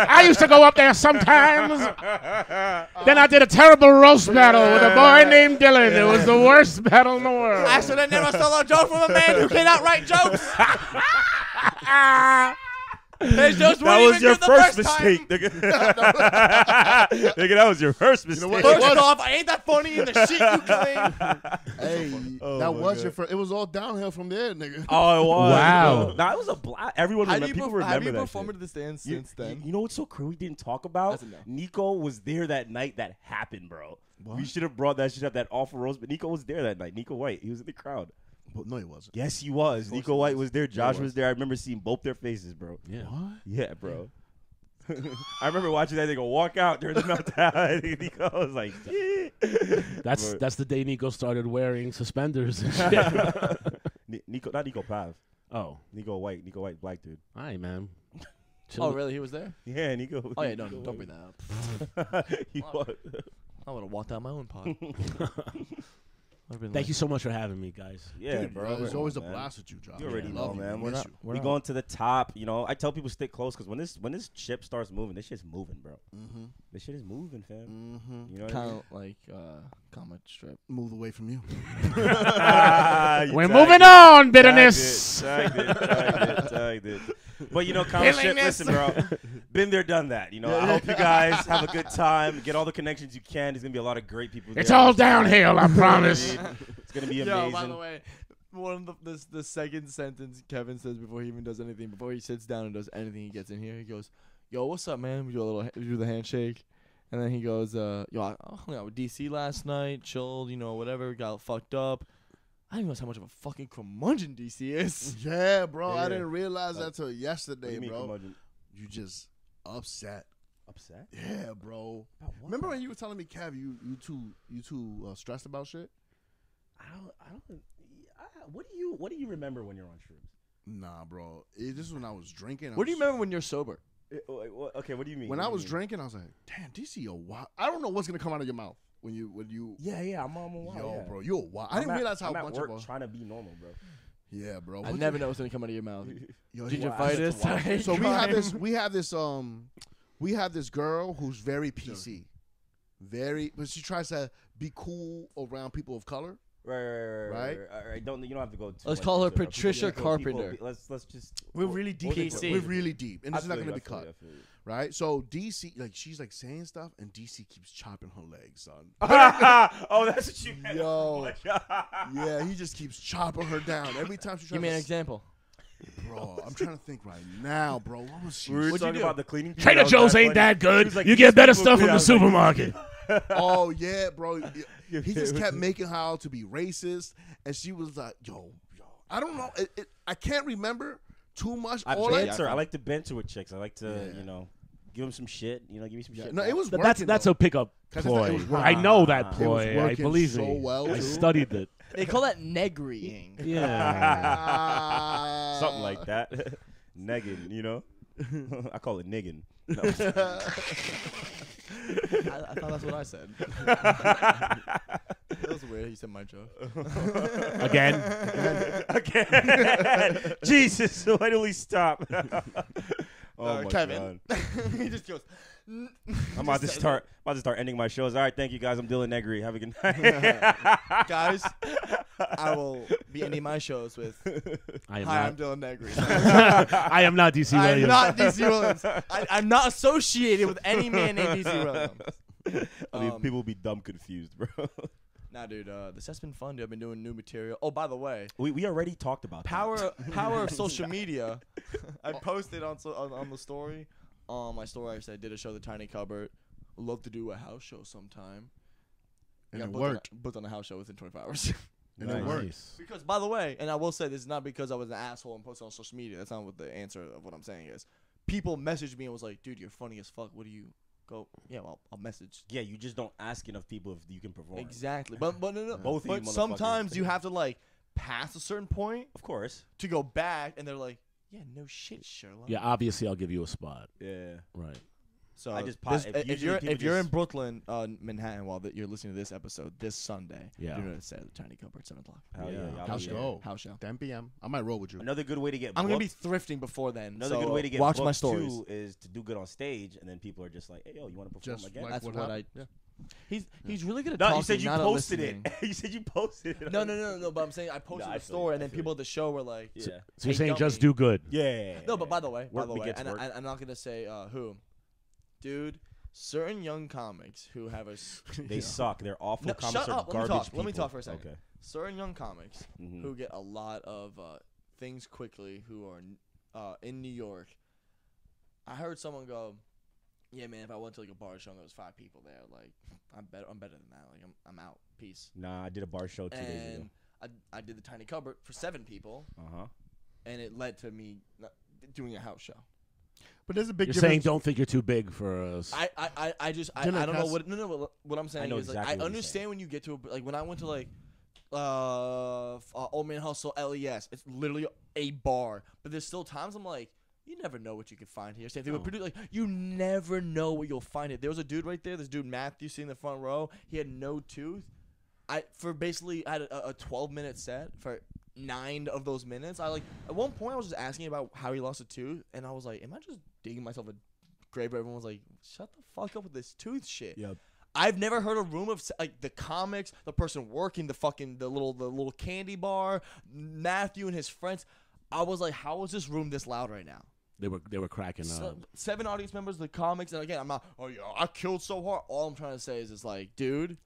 I used to go up there sometimes. Then I did a terrible roast battle with a boy named Dylan. It was the worst battle in the world.
I should have never stole a joke from a man who cannot write jokes. His jokes
That
weren't
was
even
your
good the
first,
time.
mistake, nigga.
[laughs]
[laughs] nigga, that was your first mistake.
First off, I ain't that funny in the shit you claim.
Hey,
Oh
that was your first. It was all downhill from there, nigga.
Oh, it was.
Wow.
No, it was a black. Everyone
Have
remember.
you,
people
perf-
remember
have you
that
performed
shit.
at the stand
You-
since
you-
then?
You, know what's so crazy? We didn't talk about.
That's a no.
Nico was there that night that happened, bro. We should have brought that shit up. That awful roast, but Nico was there that night. Nico White, he was in the crowd.
But no, it wasn't.
Yes, he was. Nico White was there. Josh was there. I remember seeing both their faces, bro.
Yeah.
Yeah, bro. [laughs] I remember watching that nigga walk out during the [laughs] meltdown. And Nico was like,
That's
Right.
that's the day Nico started
[laughs]
wearing suspenders [laughs] and shit.
[laughs] Ni- Nico, not Nico Pav.
oh,
Nico White. Nico White, black dude.
hi, man. Chill.
Oh, really? He was there?
Yeah, Nico.
Oh, yeah, no, don't bring that up.
that. [laughs] he was.
I would have walked out my own pod.
Thank you so much for having me, guys.
Yeah,
Dude,
bro.
It's
come
always
on,
a
man.
blast with you, Josh.
You already
I
know,
love
man.
We
We're
miss
not,
you.
we going to the top. You know, I tell people stick close because when this when this ship starts moving, this shit's moving, bro.
Mhm.
Mm-hmm,
This shit is moving, fam.
Mm-hmm.
[laughs]
You know what
Kind of like uh, comic strip.
Move away
[laughs]
from you.
I mean? [laughs] You
We're
tagged
moving
it,
on,
tagged
bitterness.
it, Tagged it, tagged it, tagged it. But you know, comic ship.
Billingness.
Listen, bro. Been there, done that. You know. I hope you guys have a good time. Get all the connections you can. There's gonna be a lot of great people.
It's
there.
all downhill, I promise.
It's gonna be
Yo,
amazing.
by the way, one of the this, the second sentence Kevin says before he even does anything, before he sits down and does anything, he gets in here. He goes, "Yo, what's up, man?" We do a little, we do the handshake, and then he goes, uh, "Yo, I I hung out with DC last night, chilled, you know, whatever, got fucked up." I didn't realize how much of a fucking curmudgeon DC
[laughs]
is.
Yeah, bro.
Yeah.
I didn't realize
Uh,
Like,
that till
What do
yesterday,
you mean,
bro.
curmudgeon?
You just upset.
Upset?
Yeah, bro.
About what?
Remember when you were telling me, Kev, you you too you too uh, stressed about shit?
I don't. I don't. I, what do you What do you remember when you're on shrooms?
Nah, bro. It, this is when I was drinking. I
What do you
was-
remember when you're sober?
Eh, wait, what- Okay, what do you mean?
When
What
I
do you
was
mean?
drinking, I was like, damn, DC, a wild. I don't know what's gonna come out of your mouth when you when you.
Yeah, yeah, I'm on one.
Yo,
yeah.
bro, you a wild. I
I'm
didn't
at-
realize how
I'm at
much
work
of a.
trying to be normal, bro.
yeah, bro.
I
what
never
you-
know what's gonna come out of your mouth.
Yo, you wild.
Gingivitis.
So we have [laughs] this. We have this. Um, we have this girl who's very PC, very. But she tries to be cool around people of color.
Right, right, right, right,
Right?
right, right. Don't you don't have to go. Too
Let's
much
call her
into it.
Patricia
People-
Carpenter.
people- let's let's just.
We're really
we'll get
DKC.
to it.
We're really deep, and
I
this is not
feel
going to be
you, I feel you,
cut,
I feel you.
right? So DC, like, she's like saying stuff, and DC keeps chopping her legs, son.
[laughs]
[laughs]
oh, that's what you meant.
Oh
Yo, yeah, he just keeps chopping her down every time she tries.
Give me an
to-
example.
bro, I'm trying to think right now, bro. What was she?
We were
saying?
talking about the cleaning. people,
Trader
that was
Joe's ain't
funny.
that
He
good.
was like,
you
these
get better
people
stuff
clean.
from the
I was like,
supermarket.
oh yeah,
[laughs]
bro. He just kept making her out to be racist, and she was like, "Yo, yo, I don't know. It, it, I can't remember too much.
I
All I-
banter. I like to banter with chicks. I like to, you know, give them some shit. You know, give me some
Yeah,
shit.
No, it was
Th-
working.
that's that's a
[laughs] though.
pickup
'Cause it's not- it
ploy.
was
I
working.
know
It
that
was
ploy. I
working
believe
so
me.
well,
I
too.
studied it.
They call that [laughs] negriing.
[laughs] Yeah.
Ah.
[laughs] something like that. [laughs] Negging,
[laughs]
you know. [laughs] I call it niggin. No.
I, I thought that's what I said. that was weird. You said my joke.
[laughs]
Again.
Again. Jesus, [laughs] why do we stop? oh
Uh,
my [laughs]
Kevin.
god.
[laughs] he just goes. "N-
I'm about to start about to start ending my shows. All right, thank you guys. I'm Dylan Negri. Have a good [laughs] night.
Guys, I will be ending my shows with.
I am
Hi, I'm
not.
Dylan Negri.
[laughs]
[laughs] I am not DC
I'm
Williams.
not DC Williams. I, I'm not associated with any man named DC Williams.
I mean,
Um,
people will be dumb confused, [laughs] bro.
Nah, dude. Uh, this has been fun. Dude. I've been doing new material. Oh, by the way, [laughs]
we, we already talked about that.
power power of social media. I posted on, so, on on the story, on my story. I said I did a show, The Tiny Cupboard. Would Love to do a house show sometime. I got
And it
booked on a-
worked.
booked on a house show within 24 hours. [laughs]
And
Nice.
it worked.
because, by the way, and I will say this is not because I was an asshole and posted on social media. That's not what the answer of what I'm saying is. People messaged me and was like, "Dude, you're funny as fuck. What do you go? Yeah, well, I'll message."
Yeah, you just don't ask enough people if you can perform.
Exactly, but but no, no.
Both of
but
you motherfuckers.
sometimes you have to like pass a certain point
Of course.
to go back, and they're like, "Yeah, no shit, Sherlock."
Yeah, obviously I'll give you a spot.
Yeah.
Right.
So
I just
pop,
pos-
if,
if usually
you're
people
if you're in
just-
Brooklyn, uh, Manhattan, while that you're listening to this episode this Sunday,
Yeah.
you're gonna say the tiny cupboard seven o'clock
Hell yeah.
Yeah.
y'all
House
be
show.
there.
house show.
10 p.m. I might roll with you.
Another good way to get.
I'm gonna be
booked-
thrifting before then.
Another
so
good way to get
watch my
booked,
stories.
too is to do good on stage, and then people are just like, "Hey, yo, you want to perform
Just
again?"
like
That's
what,
what
happened.
I- He's he's really good at
no,
talking.
you said you
not at
posted it. [laughs]
listening.
you said you posted it.
No, no, no, no, no. But I'm
[laughs]
saying I posted
I
the
feel
story,
you,
and
I
then
feel
people at the show were like,
Yeah.
So
Hey,
you're saying just
dummy.
do good.
Yeah.
No, but by the way, by
Work
the way,
begets
and
work.
I, I'm not gonna say uh, who, dude. Certain young comics who have a s-
they suck. They're awful.
No,
comics
shut
are
up. Let me
garbage
talk. Let me
people.
talk for a second.
Okay.
[laughs] certain young comics
Mhm.
who get a lot of uh, things quickly who are n- uh, in New York. I heard someone go, "Yeah, man, if I went to like a bar show and there was five people there, like I'm better. I'm better than that. Like I'm, I'm out. Peace."
Nah, I did a bar show two days ago.
And I, I did the tiny cupboard for seven people,
Uh huh.
and it led to me not doing a house show.
But there's a big
You're
difference.
saying don't think you're too big for us.
I, I, I, I just I,
Dinner
I don't know
cast-
what no no what, what I'm saying
know
is
exactly
like I
what you're
understand when you get to a, like when I went to like uh, f- uh Old Man Hustle LES it's literally a bar but there's still times I'm like you never know what you could find here. So if they would produce like you never know what you'll find it. There was a dude right there, this dude Matthew sitting in the front row. He had no tooth. I for basically I had a, a 12 minute set for nine of those minutes. I like at one point I was just asking about how he lost a tooth, and I was like, am I just digging myself a grave? But everyone was like, shut the fuck up with this tooth shit.
Yep.
I've never heard a room of s- like the comics, the person working the fucking the little the little candy bar, Matthew and his friends. I was like, how is this room this loud right now?
they were they were cracking
Se-
up.
seven audience members, the comics, and again, I'm not. Oh yeah, I killed so hard. All I'm trying to say is, it's like, dude,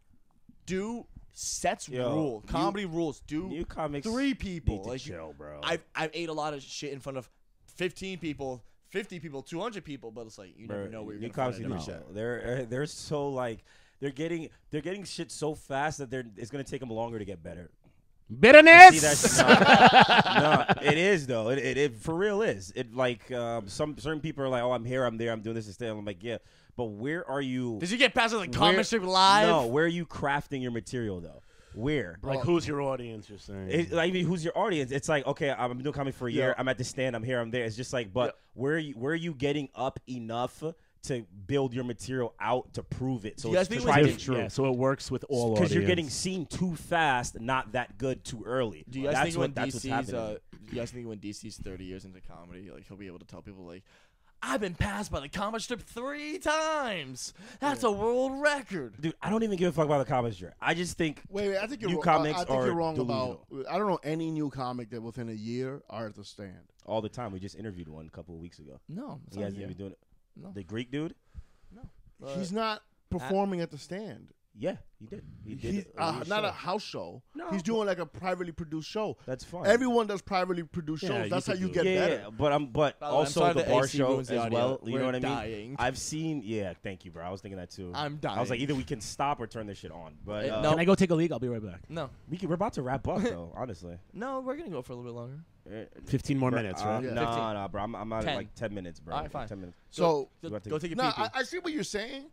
do sets
Yo,
rule,
you-
comedy rules. Do
New comics.
three people.
Need to
like,
chill, bro.
I've I've ate a lot of shit in front of 15 people, 50 people, 200 people, but it's like you never
Bro,
know where you're
Nick
gonna
Cobb's
find a
gonna
different
be- They're they're so like they're getting they're getting shit so fast that they're it's gonna take them longer to get better. See that?
Bitterness.
shit? No, No, it is though. It, it, it for real is. It like um, some certain people are like, oh, I'm here, I'm there, I'm doing this and that. I'm like, yeah, but where are you?
Did you get past the
where-
comic strip live?
No, where are you crafting your material though? Where?
Like who's your audience? You're saying
It, uh, like, I mean, who's your audience? It's like, okay, I'm doing comedy for a year.
Yeah.
I'm at the stand. I'm here. I'm there. It's just like, but where are you, where are you getting up enough to build your material out to prove it? So
You guys
it's
think
tried
what's
and
diff-
true.
Yeah, so it works with all
Because
audience.
you're getting seen too fast, not that good too early.
Do you guys
that's
think
what,
when
that's what's
DC's
happening.
uh, do you guys think when DC's 30 years into comedy, like he'll be able to tell people like I've been passed by the comic strip three times. That's a world record.
Dude, I don't even give a fuck about the comics here. I just think
Wait, wait, I think you're
You
wrong.
comics
I, I think
are
you're wrong
delusional.
about. I don't know any new comic that within a year are at the stand.
all the time. We just interviewed one a couple of weeks ago.
No, it's
You
not
guys
you.
even doing it.
No.
The Greek dude?
But-
He's not performing at the stand.
Yeah, he did. He did.
He's
a
uh,
weird
not a
show.
house show.
No.
He's doing like a privately produced show.
That's fine.
Everyone does privately produced
Yeah,
shows.
you
That's how
could
you
do
get
yeah,
better.
yeah, but I'm but
By the way, I'm
also
sorry
the
the
bar
AC
show
ruins
as
the audio.
well. You
We're
know what I mean?
dying.
I've seen. Yeah, thank you, bro. I was thinking that too.
I'm
I was like,
dying.
either we can stop or turn this shit on. But
Uh,
uh,
no.
Can I go take a leak? I'll be right back.
no,
we can, we're about to wrap up though. Honestly,
no, we're gonna go for a little bit longer.
Uh,
Fifteen more
Bro,
minutes,
uh,
right?
Yeah.
No,
15.
no, bro. I'm, I'm out
Ten.
of like 10 minutes, bro.
All right, fine.
10 minutes.
So
Go,
You have to-
go take a
No,
pee.
I, I see what you're saying.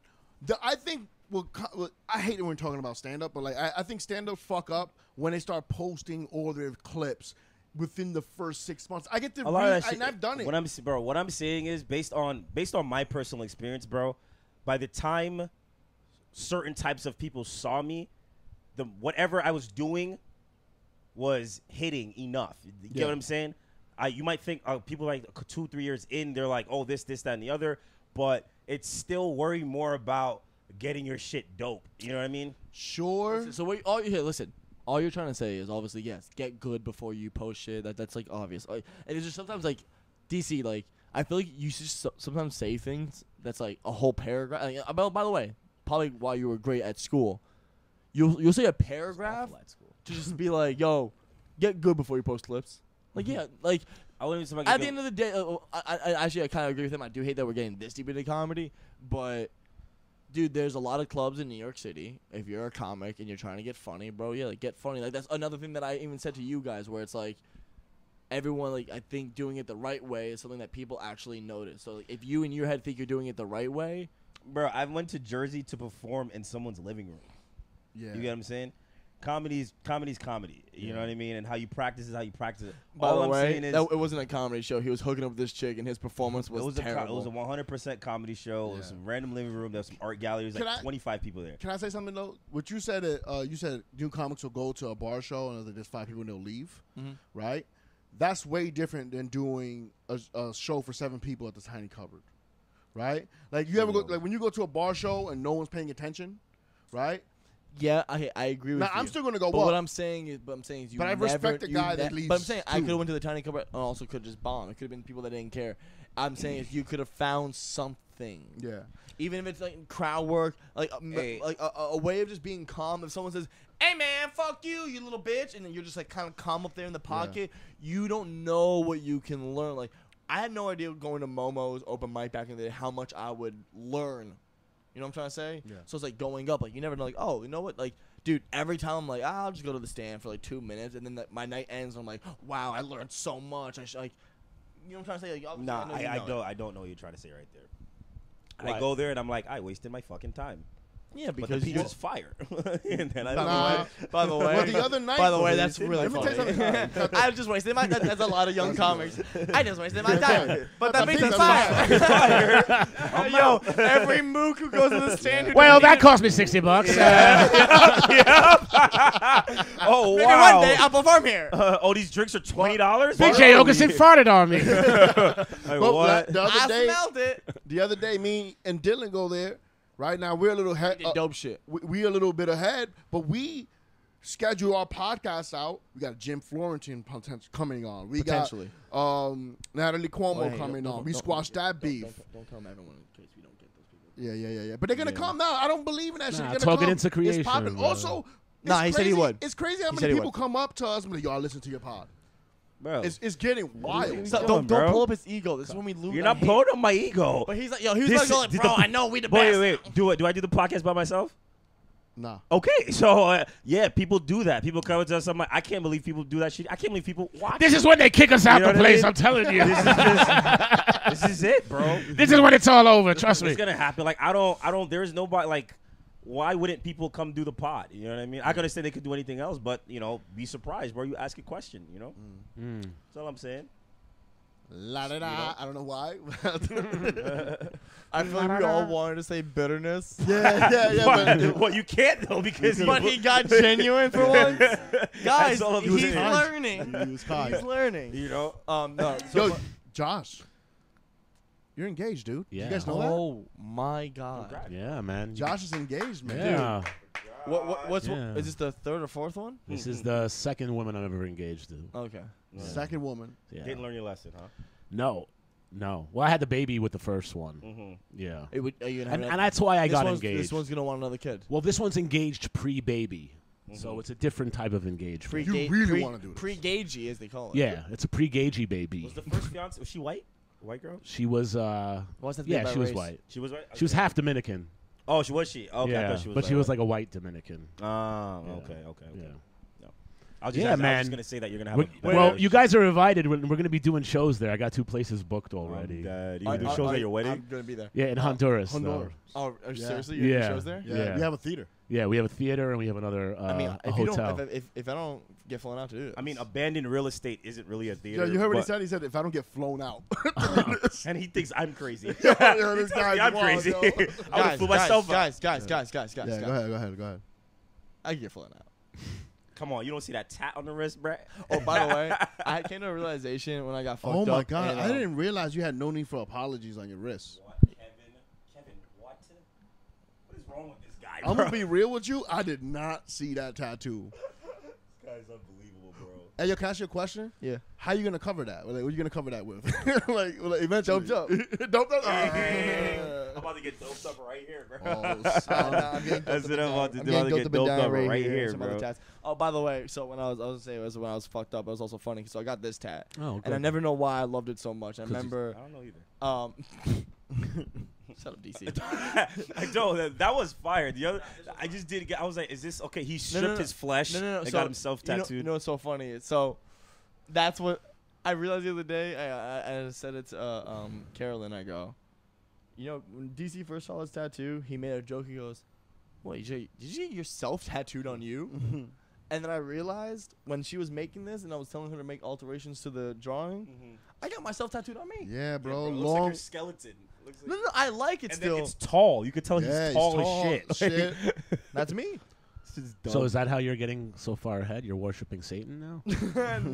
The, I think well, co- well, I hate it when we're talking about stand up, but like I, I think stand ups fuck up when they start posting all their clips within the first six months. I get to
A lot of
read,
that shit.
and I've done it.
What I'm, s- bro, what I'm saying is based on based on my personal experience, bro. By the time certain types of people saw me, the whatever I was doing was hitting enough. You get what I'm saying? I, you might think uh, people like two, three years in, they're like, oh, this, this, that, and the other, but it's still worry more about getting your shit dope. You know what I mean?
sure,
So wait, all you here, listen. All you're trying to say is obviously yes, get good before you post shit. That that's like obvious. Like, and it's just sometimes like DC like I feel like you should so- sometimes say things that's like a whole paragraph. Like, uh, by, by the way, probably while you were great at school, you'll you'll say a paragraph
At school.
to just be like, yo, get good before you post clips. Like yeah, like
I wouldn't somebody
at the end of the day, uh, I, I actually I kind of agree with him. I do hate that we're getting this deep into comedy, but dude, there's a lot of clubs in New York City. If you're a comic and you're trying to get funny, bro, yeah, like get funny. Like that's another thing that I even said to you guys, where it's like everyone like I think doing it the right way is something that people actually notice. So like, if you in your head think you're doing it the right way,
bro, I went to Jersey to perform in someone's living room.
yeah,
You get what I'm saying? Comedy's comedy's comedy. You know what I mean? And how you practice is how you practice it.
By
All
the
I'm
way,
saying is
that- it wasn't a comedy show. He was hooking up with this chick, and his performance was,
it was a co-
terrible.
it was a 100 percent comedy show. It was some random living room. There was some art galleries.
Can
Like
I-
25 people there.
Can I say something though? What you said, that, uh, you said new comics will go to a bar show and there's five people and they'll leave,
Mm-hmm.
right? That's way different than doing a, a show for seven people at the tiny cupboard, right? Like you ever go, like when you go to a bar show and no one's paying attention, right?
yeah, I, I agree with
Now
you.
I'm still gonna go
But
up.
what I'm saying is, but I'm saying is, you
But I
never,
respect the
you
guy that
ne- But I'm
leaves
saying I
too.
could have went to the tiny cupboard and also could have just bombed. It could have been people that didn't care. I'm saying is, you could have found something.
yeah,
Even if it's like crowd work, like a, me-
Hey.
like a, a a way of just being calm. If someone says, "Hey man, fuck you, you little bitch," and then you're just like kind of calm up there in the pocket, you don't know what you can learn. Like I had no idea going to Momo's open mic back in the day how much I would learn you know what I'm trying to say? Yeah. So it's like going up. Like you never know. Like oh, you know what? Like dude, every time I'm like, ah, I'll just go to the stand for like two minutes, and then like, my night ends. and I'm like, wow, I learned so much. I sh- like, you know what I'm trying to say? Like, obviously,
Nah,
know you
I, I
know it.
don't. I don't know what you're trying to say right there. I
Right.
go there and I'm like, I wasted my fucking time.
Yeah,
But the
because you.
pizza's fire. [laughs] and then I
Nah.
[laughs]
leave.
By the way,
Well, the other night-
By the way,
Let
that's
me
really
tell you
funny.
something.
[laughs] I just wasted my. That, that's a lot of
[laughs]
young comics. I just wasted my time. But that
The
makes it
pizza's
fire. Yo, every mook who goes to the stand. who
Well,
doesn't
that
need
cost me 60 bucks.
oh
it, maybe
wow!
one day I'll perform here.
Uh, oh, these drinks are twenty dollars.
Uh,
Big J Okerson farted on me.
But
what?
the other
I
day,
smelled it.
the other day, me and Dylan go there. Right now, we're a little he- uh,
dope shit.
we, we a little bit ahead, but we schedule our podcast out. We got Jim Florentine potent- coming on. We
Potentially.
got um, Natalie Cuomo
Well, hey,
coming
don't-
on.
don't-
We
don't-
squashed that
don't-
beef.
Don't, don't tell them everyone in case we don't get those people.
Yeah, yeah, yeah, yeah. But they're gonna come now. I don't believe in that shit.
Nah,
They're gonna
talk it
come.
into creation,
It's popping.
bro.
Also, it's
Nah, he said he
crazy-
would.
It's crazy how
said
many
he
people
would. Oh.
come up to us and be like, "Y'all listen to your pod."
bro,
It's it's getting wild.
So,
doing,
don't, don't
bro?
pull up his ego. This is when we lose.
you're
I
not
hate-
blowing up my ego.
But he's like, yo, he was
This
like,
is-
like,
did
bro,
the-
I know we the
Wait,
best.
wait, wait. Do it. Do I do the podcast by myself?
Nah,
Okay, [laughs] so uh, yeah, people do that. People come to us. I'm like, I can't believe people do that shit. I can't believe people watch.
This is when they kick us out
You know
the
what I
place,
mean?
I'm telling you.
this is
[laughs]
just, this is it, bro.
this is when it's all over, trust me.
It's gonna happen. Like I don't, I don't. There's nobody. Like, why wouldn't people come do the pod? You know what I mean? I could understand they could do anything else, but you know, be surprised, bro. You ask a question. You know,
Mm.
that's all I'm saying.
la da da. I don't know why. [laughs]
I feel like we all wanted to say bitterness.
yeah, yeah, yeah.
But-
But
[laughs] well, you can't though because
[laughs]
you,
But he got genuine
[laughs]
for once. Guys,
That's all I'm
he's
saying.
learning.
[laughs] He was kind.
He's learning.
[laughs] you know.
Um, no. So,
Yo, Josh, you're engaged, dude. You
Yeah.
guys know that?
oh my God.
Yeah, man.
Josh is engaged, man.
Yeah.
What, what, what's
Yeah.
is this the third or fourth one?
This is the second woman I've ever engaged to.
Okay.
Second woman.
Yeah.
Didn't learn your lesson, huh?
No, no. Well, I had the baby with the first one. Yeah,
It would, are you gonna have
and,
another-
and that's why I
this
got
one's-
engaged.
This one's gonna want another kid.
well, this one's engaged pre-baby, so it's a different type of engagement.
Pre-
You really wanna do this.
pre-gagey as they call it.
yeah, it's a pre-gagey baby.
Was the first fiance? Was she white? White girl?
she was, uh,
What's that thing
yeah,
about
she was
race?
white.
She was white.
She was
Okay.
half Dominican.
Oh, she was she. Okay, I
yeah,
thought she was.
but
white,
she was
right.
like a white Dominican.
Oh,
Yeah.
okay, okay, okay.
Yeah.
I was just,
Yeah,
asking- I
man.
was just gonna say that you're gonna have.
We-
a better
well, you
relationship.
guys are invited. We're, we're going to be doing shows there. I got two places booked
Oh,
already.
Dad, you
Are-
gonna do
are-
shows
are-
at your wedding.
I'm gonna be there.
yeah, in Honduras. though.
Honduras.
Oh, uh,
Yeah.
seriously? You're
Yeah.
doing shows there?
Yeah,
Yeah.
we have a theater.
Yeah, we have a theater and we have another uh,
I mean,
a
if you
hotel.
don't, if, if, if I don't get flown out to do it,
I mean, abandoned real estate isn't really a theater.
Yeah, you heard what he
but-
said. He said, "If I don't get flown out,
[laughs]
[laughs]
and he thinks I'm crazy.
Yeah,
He
this
tells me
guy's
I'm
wild,
crazy. [laughs]
yo.
I would have
guys,
flew
guys,
myself out.
guys, guys, guys, guys, guys,
yeah,
guys.
go ahead, go ahead, go ahead."
I can get flown out.
Come on, you don't see that tat on the wrist, Brad?
Oh, by
[laughs]
the way, I came to a realization when I got fucked
Oh
up.
my god,
and,
I
um,
didn't realize you had no need for apologies on your wrist.
Kevin, Kevin, what? What is wrong with this guy?
I'm gonna be real with you. I did not see that tattoo.
guy's unbelievable, bro.
Hey, yo, can I ask you a question?
Yeah.
How you [laughs] gonna cover that? Like, what you gonna cover that with? like, like, eventually.
Doped up.
Doped up.
I'm about to get doped up right here, bro.
[laughs]
That's
That's what I'm about to do. I'm about to get doped up right here,
some
bro.
other tats. Oh, by the way, so when I was, I was saying it was when I was fucked up, it was also funny. So I got this tat,
Oh,
and I
good.
never know why I loved it so much. I remember,
I don't know either.
um, [laughs] shut up, [laughs] DC.
[laughs] I don't. That, that was fire. The other, I just did. get I was like, is this okay? He stripped
no.
his flesh
No, no, no. [laughs]
and
so,
got himself tattooed.
You know, you know what's so funny? is- So that's what I realized the other day. I, I, I said it to uh, um, Carolyn. I go, you know, when DC first saw his tattoo, he made a joke. He goes, "What? Did you, did you get yourself tattooed on you?" and then I realized when she was making this, and I was telling her to make alterations to the drawing, I got myself tattooed on me.
Yeah, bro.
Bro, it looks like
long.
your skeleton. Looks
No,
like
no, no, I like it
and
still.
then it's tall. You could tell
Yeah,
he's
he's
tall
tall
as shit. [laughs]
and
Like,
That's me.
this is dumb.
So is that how you're getting so far ahead? You're worshiping Satan now? [laughs]
[laughs] no,
Is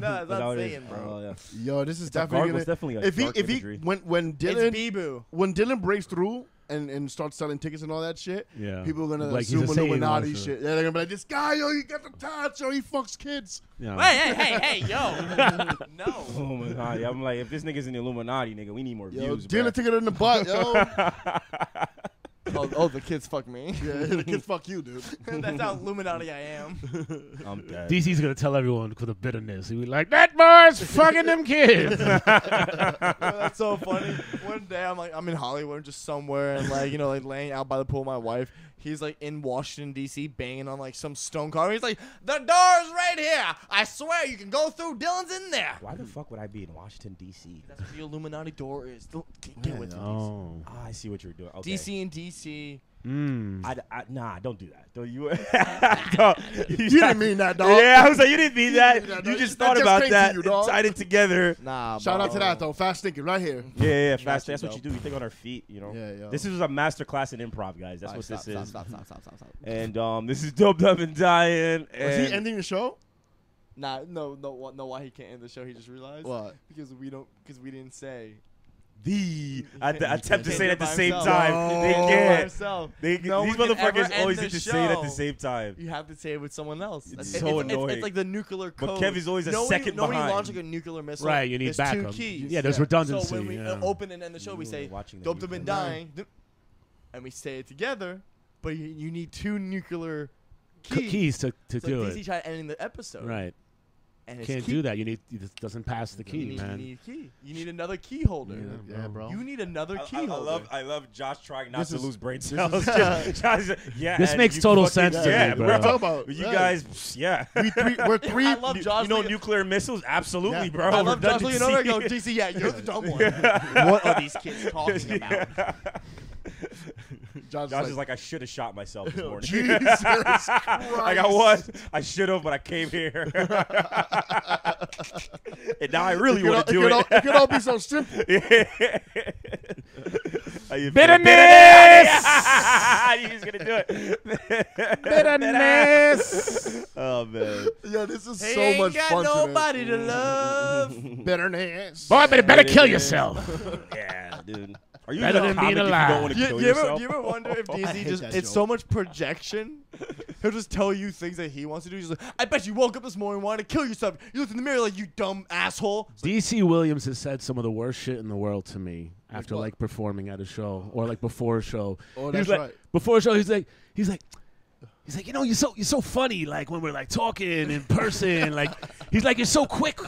that
that's
what it is?
saying,
uh,
bro.
Oh, yeah.
Yo, this is
The gargoyle's
definitely. Gonna,
definitely a
if he,
dark
if he,
imagery. [laughs]
when when
it's
Dylan,
Bibu.
when Dylan breaks through and and starts selling tickets and all that shit,
Yeah.
people are gonna
Like, he's a
assume
Satan
Illuminati
worshipper.
shit. Yeah, they're gonna be like, this guy, yo, he got the touch, yo, he fucks kids.
Yeah.
Hey, hey, hey, hey, yo. [laughs] no.
Oh my god! I'm like, if this nigga's in the Illuminati, nigga, we need more
Yo,
views.
Dylan
bro.
took it in the butt, yo. yeah, [laughs]
Oh, oh, the kids fuck me.
the kid, fuck you, dude.
That's how Illuminati I am.
I'm dead.
DC's gonna tell everyone for the bitterness. He'll be like, "That boy's fucking them kids."
[laughs] That's so funny. One day I'm like I'm in Hollywood, I'm just somewhere, and like you know, like laying out by the pool. with My wife, he's like in Washington D.C. banging on like some stone car. He's like, "The door's right here. I swear you can go through. Dylan's in there."
Why the fuck would I be in Washington D.C.?
Mm-hmm. That's what the Illuminati door is. Don't get, get with it.
[laughs] [laughs] oh,
Ah, I see what you're doing. Okay.
D.C. and D.C.
mm.
I, I, nah, don't do that. Don't
[laughs]
you? [laughs] No, you
You didn't mean that, dog.
Yeah, I was like, you didn't mean that.
mean that,
you
dog.
just
That
thought
just
about
came to
that,
you,
and
dog.
tied
[laughs]
it together.
Nah,
Shout out to
bro.
that though. Fast thinking, right here.
Yeah, yeah, yeah fast.
you,
That's what
though.
you do. We think on our feet, you know.
Yeah, yo.
This is a master class in improv, guys. That's
Alright,
what
stop,
this is.
Stop, stop, stop, stop, Oh, stop, stop.
And um, this is Dope Dumb and Dying.
Is
And
he ending the show?
Nah, no, no, wha- no. Why he can't end the show? He just realized
What?
because we don't, because we didn't say.
the I, I
He
attempt to
can't
say
do
it
it
at the
by
same
himself.
time. They
Oh,
can't.
Himself.
They,
No
these
one can ever
motherfuckers
end
always
the
get to say it at the
show.
same time.
You have to say it with someone else. That's-
so annoying.
It's, like the nuclear
But
code.
Kevin's always a
nobody,
second
nobody
behind.
launched like a nuclear missile.
Right, you need
there's
backup.
two keys.
Yeah, there's redundancy,
So when we
yeah.
open and end the show, we
Ooh,
say
watching the
"Dope to been
nuclear
dying," and we say it together. But you, you need two nuclear
C-
keys.
keys to, to
So
do
DC
it.
tried ending the episode.
Right,
And it's
can't
key.
do that. You need it just doesn't pass
You
the key,
need,
man.
You need a key. You need another key holder.
Yeah, bro.
You need another
I,
key
I- I
holder.
love I love Josh trying not
This
to
is-
lose brain
is-
[laughs]
cells. Just- Josh is- yeah,
This
and
makes
you
total
fucking-
sense to
yeah,
me, bro.
What are
bro.
you talking about?
You
Yeah.
guys, psh, yeah.
we
[laughs]
three, we're three.
I love Josh.
you know
looking-
nuclear missiles? Absolutely,
Yeah.
bro.
I love Josh looking over and go,
Redundancy.
DC, yeah, you're the
[laughs]
dumb one.
[laughs]
what are these kids talking about?
Josh,
Josh is like, I should have shot myself
[laughs]
this morning.
Jesus Christ.
[laughs] I got one. I should have, but I came here. [laughs] and now I really
could all-
want to do
could
it.
all- it could all be so simple.
How you feel?
Bitterness! [laughs]
He's gonna do it.
[laughs]
Bitterness.
Oh man.
Yeah, this is
They
so
ain't
much
got
fun. today.
nobody to [laughs] love.
Bitterness.
Boy, but it better kill yourself.
Yeah, dude. Are you
Better
even a
than
comic
being
if You
alive.
don't want to
you,
kill
you ever,
yourself.
you ever wonder if DC
hate
just
that
it's
joke.
so much projection? He'll just tell you things that he wants to do. He's like, I bet you woke up this morning and wanted to kill yourself. You looked in the mirror like you dumb asshole.
DC Williams has said some of the worst shit in the world to me after
what?
like performing at a show or like before a show.
Oh,
He was
that's
like-
right.
Before a show, he's like, he's like, he's like, you know, you're so you're so funny. Like when we're like talking in person, like he's like, you're so quick.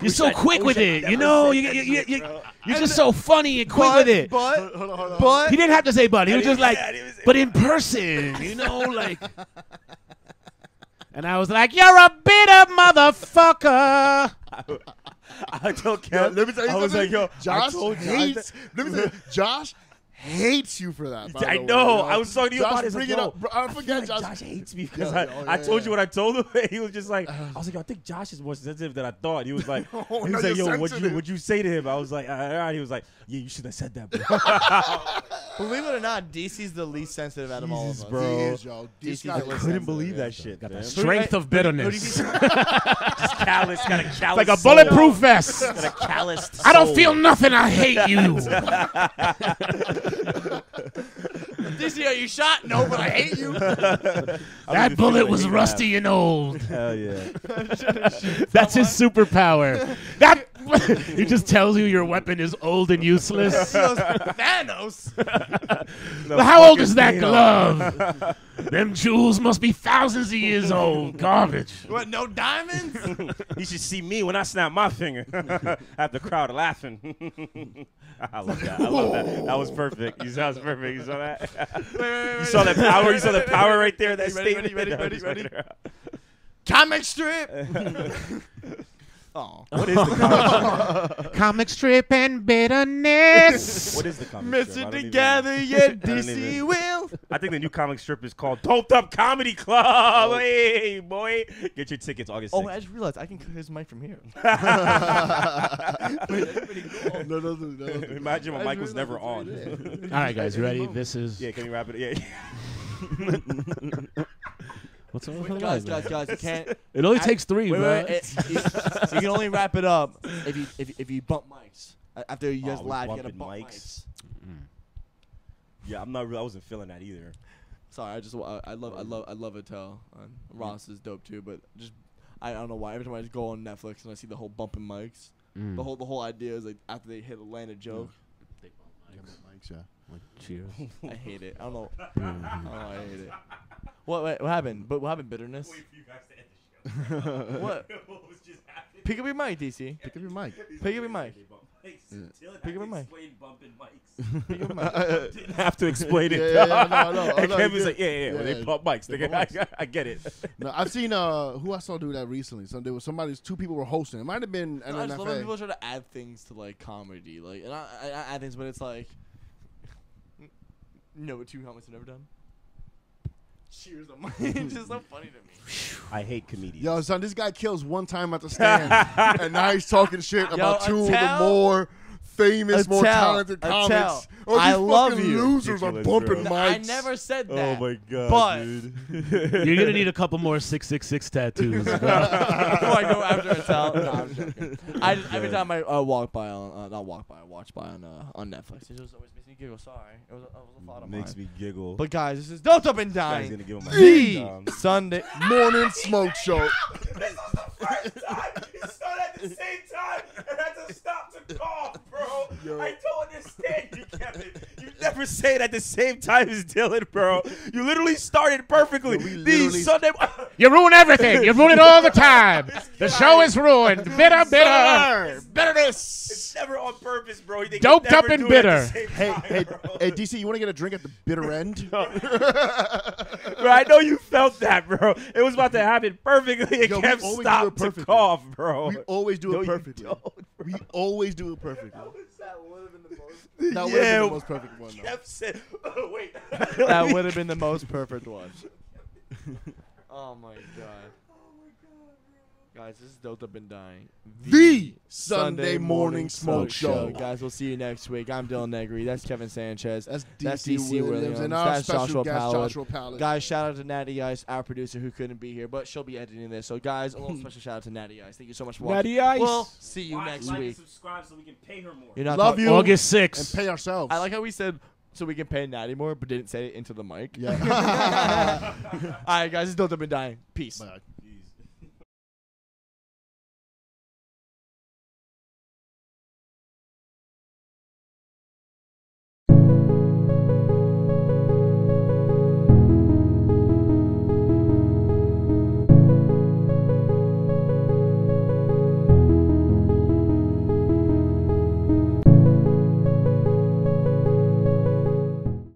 You're so quick with it, you know. You, you, you, you, you're just so funny and quick
But,
with it.
but,
Hold on, hold on.
but
He didn't have to say buddy. He was just
Yeah,
like,
he was-
but in person, you know, like. And I was like, you're a bitter motherfucker.
[laughs] I told Kev.
Yeah, let me tell you
I was
something.
like, yo, I
Josh
told Josh
hates.
that-
Let me tell
[laughs]
you, Josh hates you for that. by
I
the way,
know.
yo.
I was talking to you
Josh,
about it. It's
Bring
like,
it
yo,
up. Bro, I
feel
forget
like
Josh.
Josh hates me because
Yeah,
I,
Oh, yeah,
I told
yeah.
you what I told him. [laughs] and he was just like, I was like, yo, I think Josh is more sensitive than I thought. He
[laughs]
was like, he was
Oh, no,
like,
you're
yo, what you
sensitive.
what you say to him? I was like, all right. He was like, yeah, you should have
[laughs]
said that, bro.
believe it or not, DC's the least sensitive out of all of us.
He
bro.
is, yo. This
DC's
guy
the worst
is
Couldn't
sensitive, [laughs]
[laughs] believe
yeah.
that shit. man.
Strength of
Who do you
bitterness.
think-
Callous,
[laughs]
got a callous.
Like a
soul.
bulletproof vest. [laughs]
Got a calloused
I don't
soul.
feel nothing. I hate
[laughs]
you.
DC, are you shot? No, but I hate
[laughs]
you.
I don't
That
even feel
bullet
I
was
hate [laughs]
rusty and old. [laughs]
that. Hell yeah.
That's his superpower. That [laughs] he just tells you your weapon is old
[laughs]
and useless.
[laughs]
Thanos.
Well, how old is that
[laughs]
glove? Them jewels must be thousands of years old. Garbage.
What?
[laughs]
No diamonds?
you should see me when I snap my finger. [laughs] I have the crowd laughing. [laughs] I love that. I love that. That was perfect. You that was perfect. You saw that? you saw that power. You saw the power right there. That
Ready, ready,
statement.
ready,
That [laughs]
ready,
was
ready,
right there.
Comic strip. oh,
[laughs] What is the comic?
Comic strip and
[laughs]
bitterness.
What is the comic? strip? I
missing
don't even-
together, yeah,
don't
DC
even-
will.
I think the new comic strip is called Doped Up Comedy Club. Hey, boy, get your tickets August.
Oh,
6th.
I just realized I can cut his mic from
[laughs]
here. [laughs]
No, no, no, no.
[laughs] Imagine when Mike was never on.
All right, guys, ready? This is
yeah, can you wrap it? Yeah.
what's on
Wait, guys, guys, guys, you can't.
It only
I-
takes three,
Wait,
man.
wait, it- you, you can only wrap it up if you if, if you bump mics A- after you guys
Oh, we
live. You gotta
bumping
bump mics.
mics. [laughs] yeah, I'm not. Real, I wasn't feeling that either.
Sorry, I just wa- I I love I love I love Attell. Um, Ross is dope too, but just I don't know why every time I just go on Netflix and I see the whole bumping mics. The whole the whole idea is like after they hit land a joke.
[laughs]
Cheers.
I hate it. I don't know. I don't know why I hate it. What wait, what happened? But what happened? Bitterness.
you guys to end the
What?
show. [laughs] what was just happening?
Pick up your mic, DC.
Give me your mic.
Pick up your mic.
They bump mics.
Pick up your mic.
bumping mics.
Pick up your mic.
Didn't [laughs] have to explain it.
[laughs] Yeah, yeah, yeah, I know, I
[laughs]
know, I
And
know,
Kevin's
you did.
like, yeah, yeah, yeah. well, they
Yeah,
pop mics.
they
nigga.
pop mics.
[laughs] I, I get it.
No, I've seen uh who I saw do that recently. So there was somebody's two people were hosting. It might have been
No, I just love when people
NNFA.
try to add things to like comedy, like and I, I, I add things, but it's like, no, but two helmets have never done. Cheers on my. [laughs] it's just so funny to me.
I hate comedians.
Yo, son, this guy kills one time at the
[laughs]
stand, and now he's talking shit about two of the
Attell-
more famous, more
Attell,
talented comics.
Attell,
Oh, these
I love
fucking
you.
Losers are
Ridiculous, [laughs]
bumping
bro.
mics.
I never said
oh
that. [laughs]
my god,
But-
dude.
[laughs]
[laughs]
You're gonna need a couple more six six six [laughs] tattoos. bro.
Before I go after a towel. No, I'm
[laughs]
joking. I just, every time I uh, walk by on, uh, not walk by, I watch by on uh, on Netflix. It just always makes me giggle. Sorry, it was, a- it was a thought of
Makes
mine.
me giggle.
But guys, this is don't up and
Guy's
dying.
gonna give him my
The
um, [laughs]
Sunday.
morning smoke
[laughs]
show.
This was the first time you started at the same time and had to stop to cough, bro. I don't understand you, Kevin. You
[laughs] Never say it at the same time as Dylan, bro. You literally started perfectly.
literally-
These Sunday.
[laughs]
You ruin everything. You ruin it all the time. The show is ruined. Bitter, bitter.
It's never on purpose, bro. They can
Doped
never
up and
do it
bitter.
at the same
Hey,
time,
hey,
bro.
hey, DC, you want to get a drink at the
[laughs]
bitter end?
Bro, I know you felt that, bro. It was about to happen perfectly. It
Yo, we
kept
always do it
stopped to
perfectly.
cough, bro.
We always do
No,
it
you
perfectly. We always do it perfectly. That would have
Yeah.
been the most perfect one. though.
Kev
[laughs]
said, oh, wait.
[laughs] that would have been the most perfect one. [laughs] oh my god. Guys, this is Delta Been Dying.
The Sunday morning smoke show.
Guys, we'll see you next week. I'm Dylan Negri. That's Kevin Sanchez.
That's DC,
That's DC Williams.
and our
That's
special
Joshua
guest,
Pallet.
Joshua Pallet.
Guys, shout out to Natty Ice, our producer who couldn't be here, but she'll be editing this. So, guys,
[laughs]
a little special shout out to Natty Ice. Thank you so much for watching.
Natty Ice.
We'll see you
Watch,
next
like,
week.
and subscribe so we can pay her more.
You're not
Love
talk-
you.
August
and
sixth.
pay ourselves.
I like how we said so we can pay Natty [laughs] more, but didn't say it into the mic.
Yeah.
All right, guys, it's Delta Been Dying. Peace.
Bye.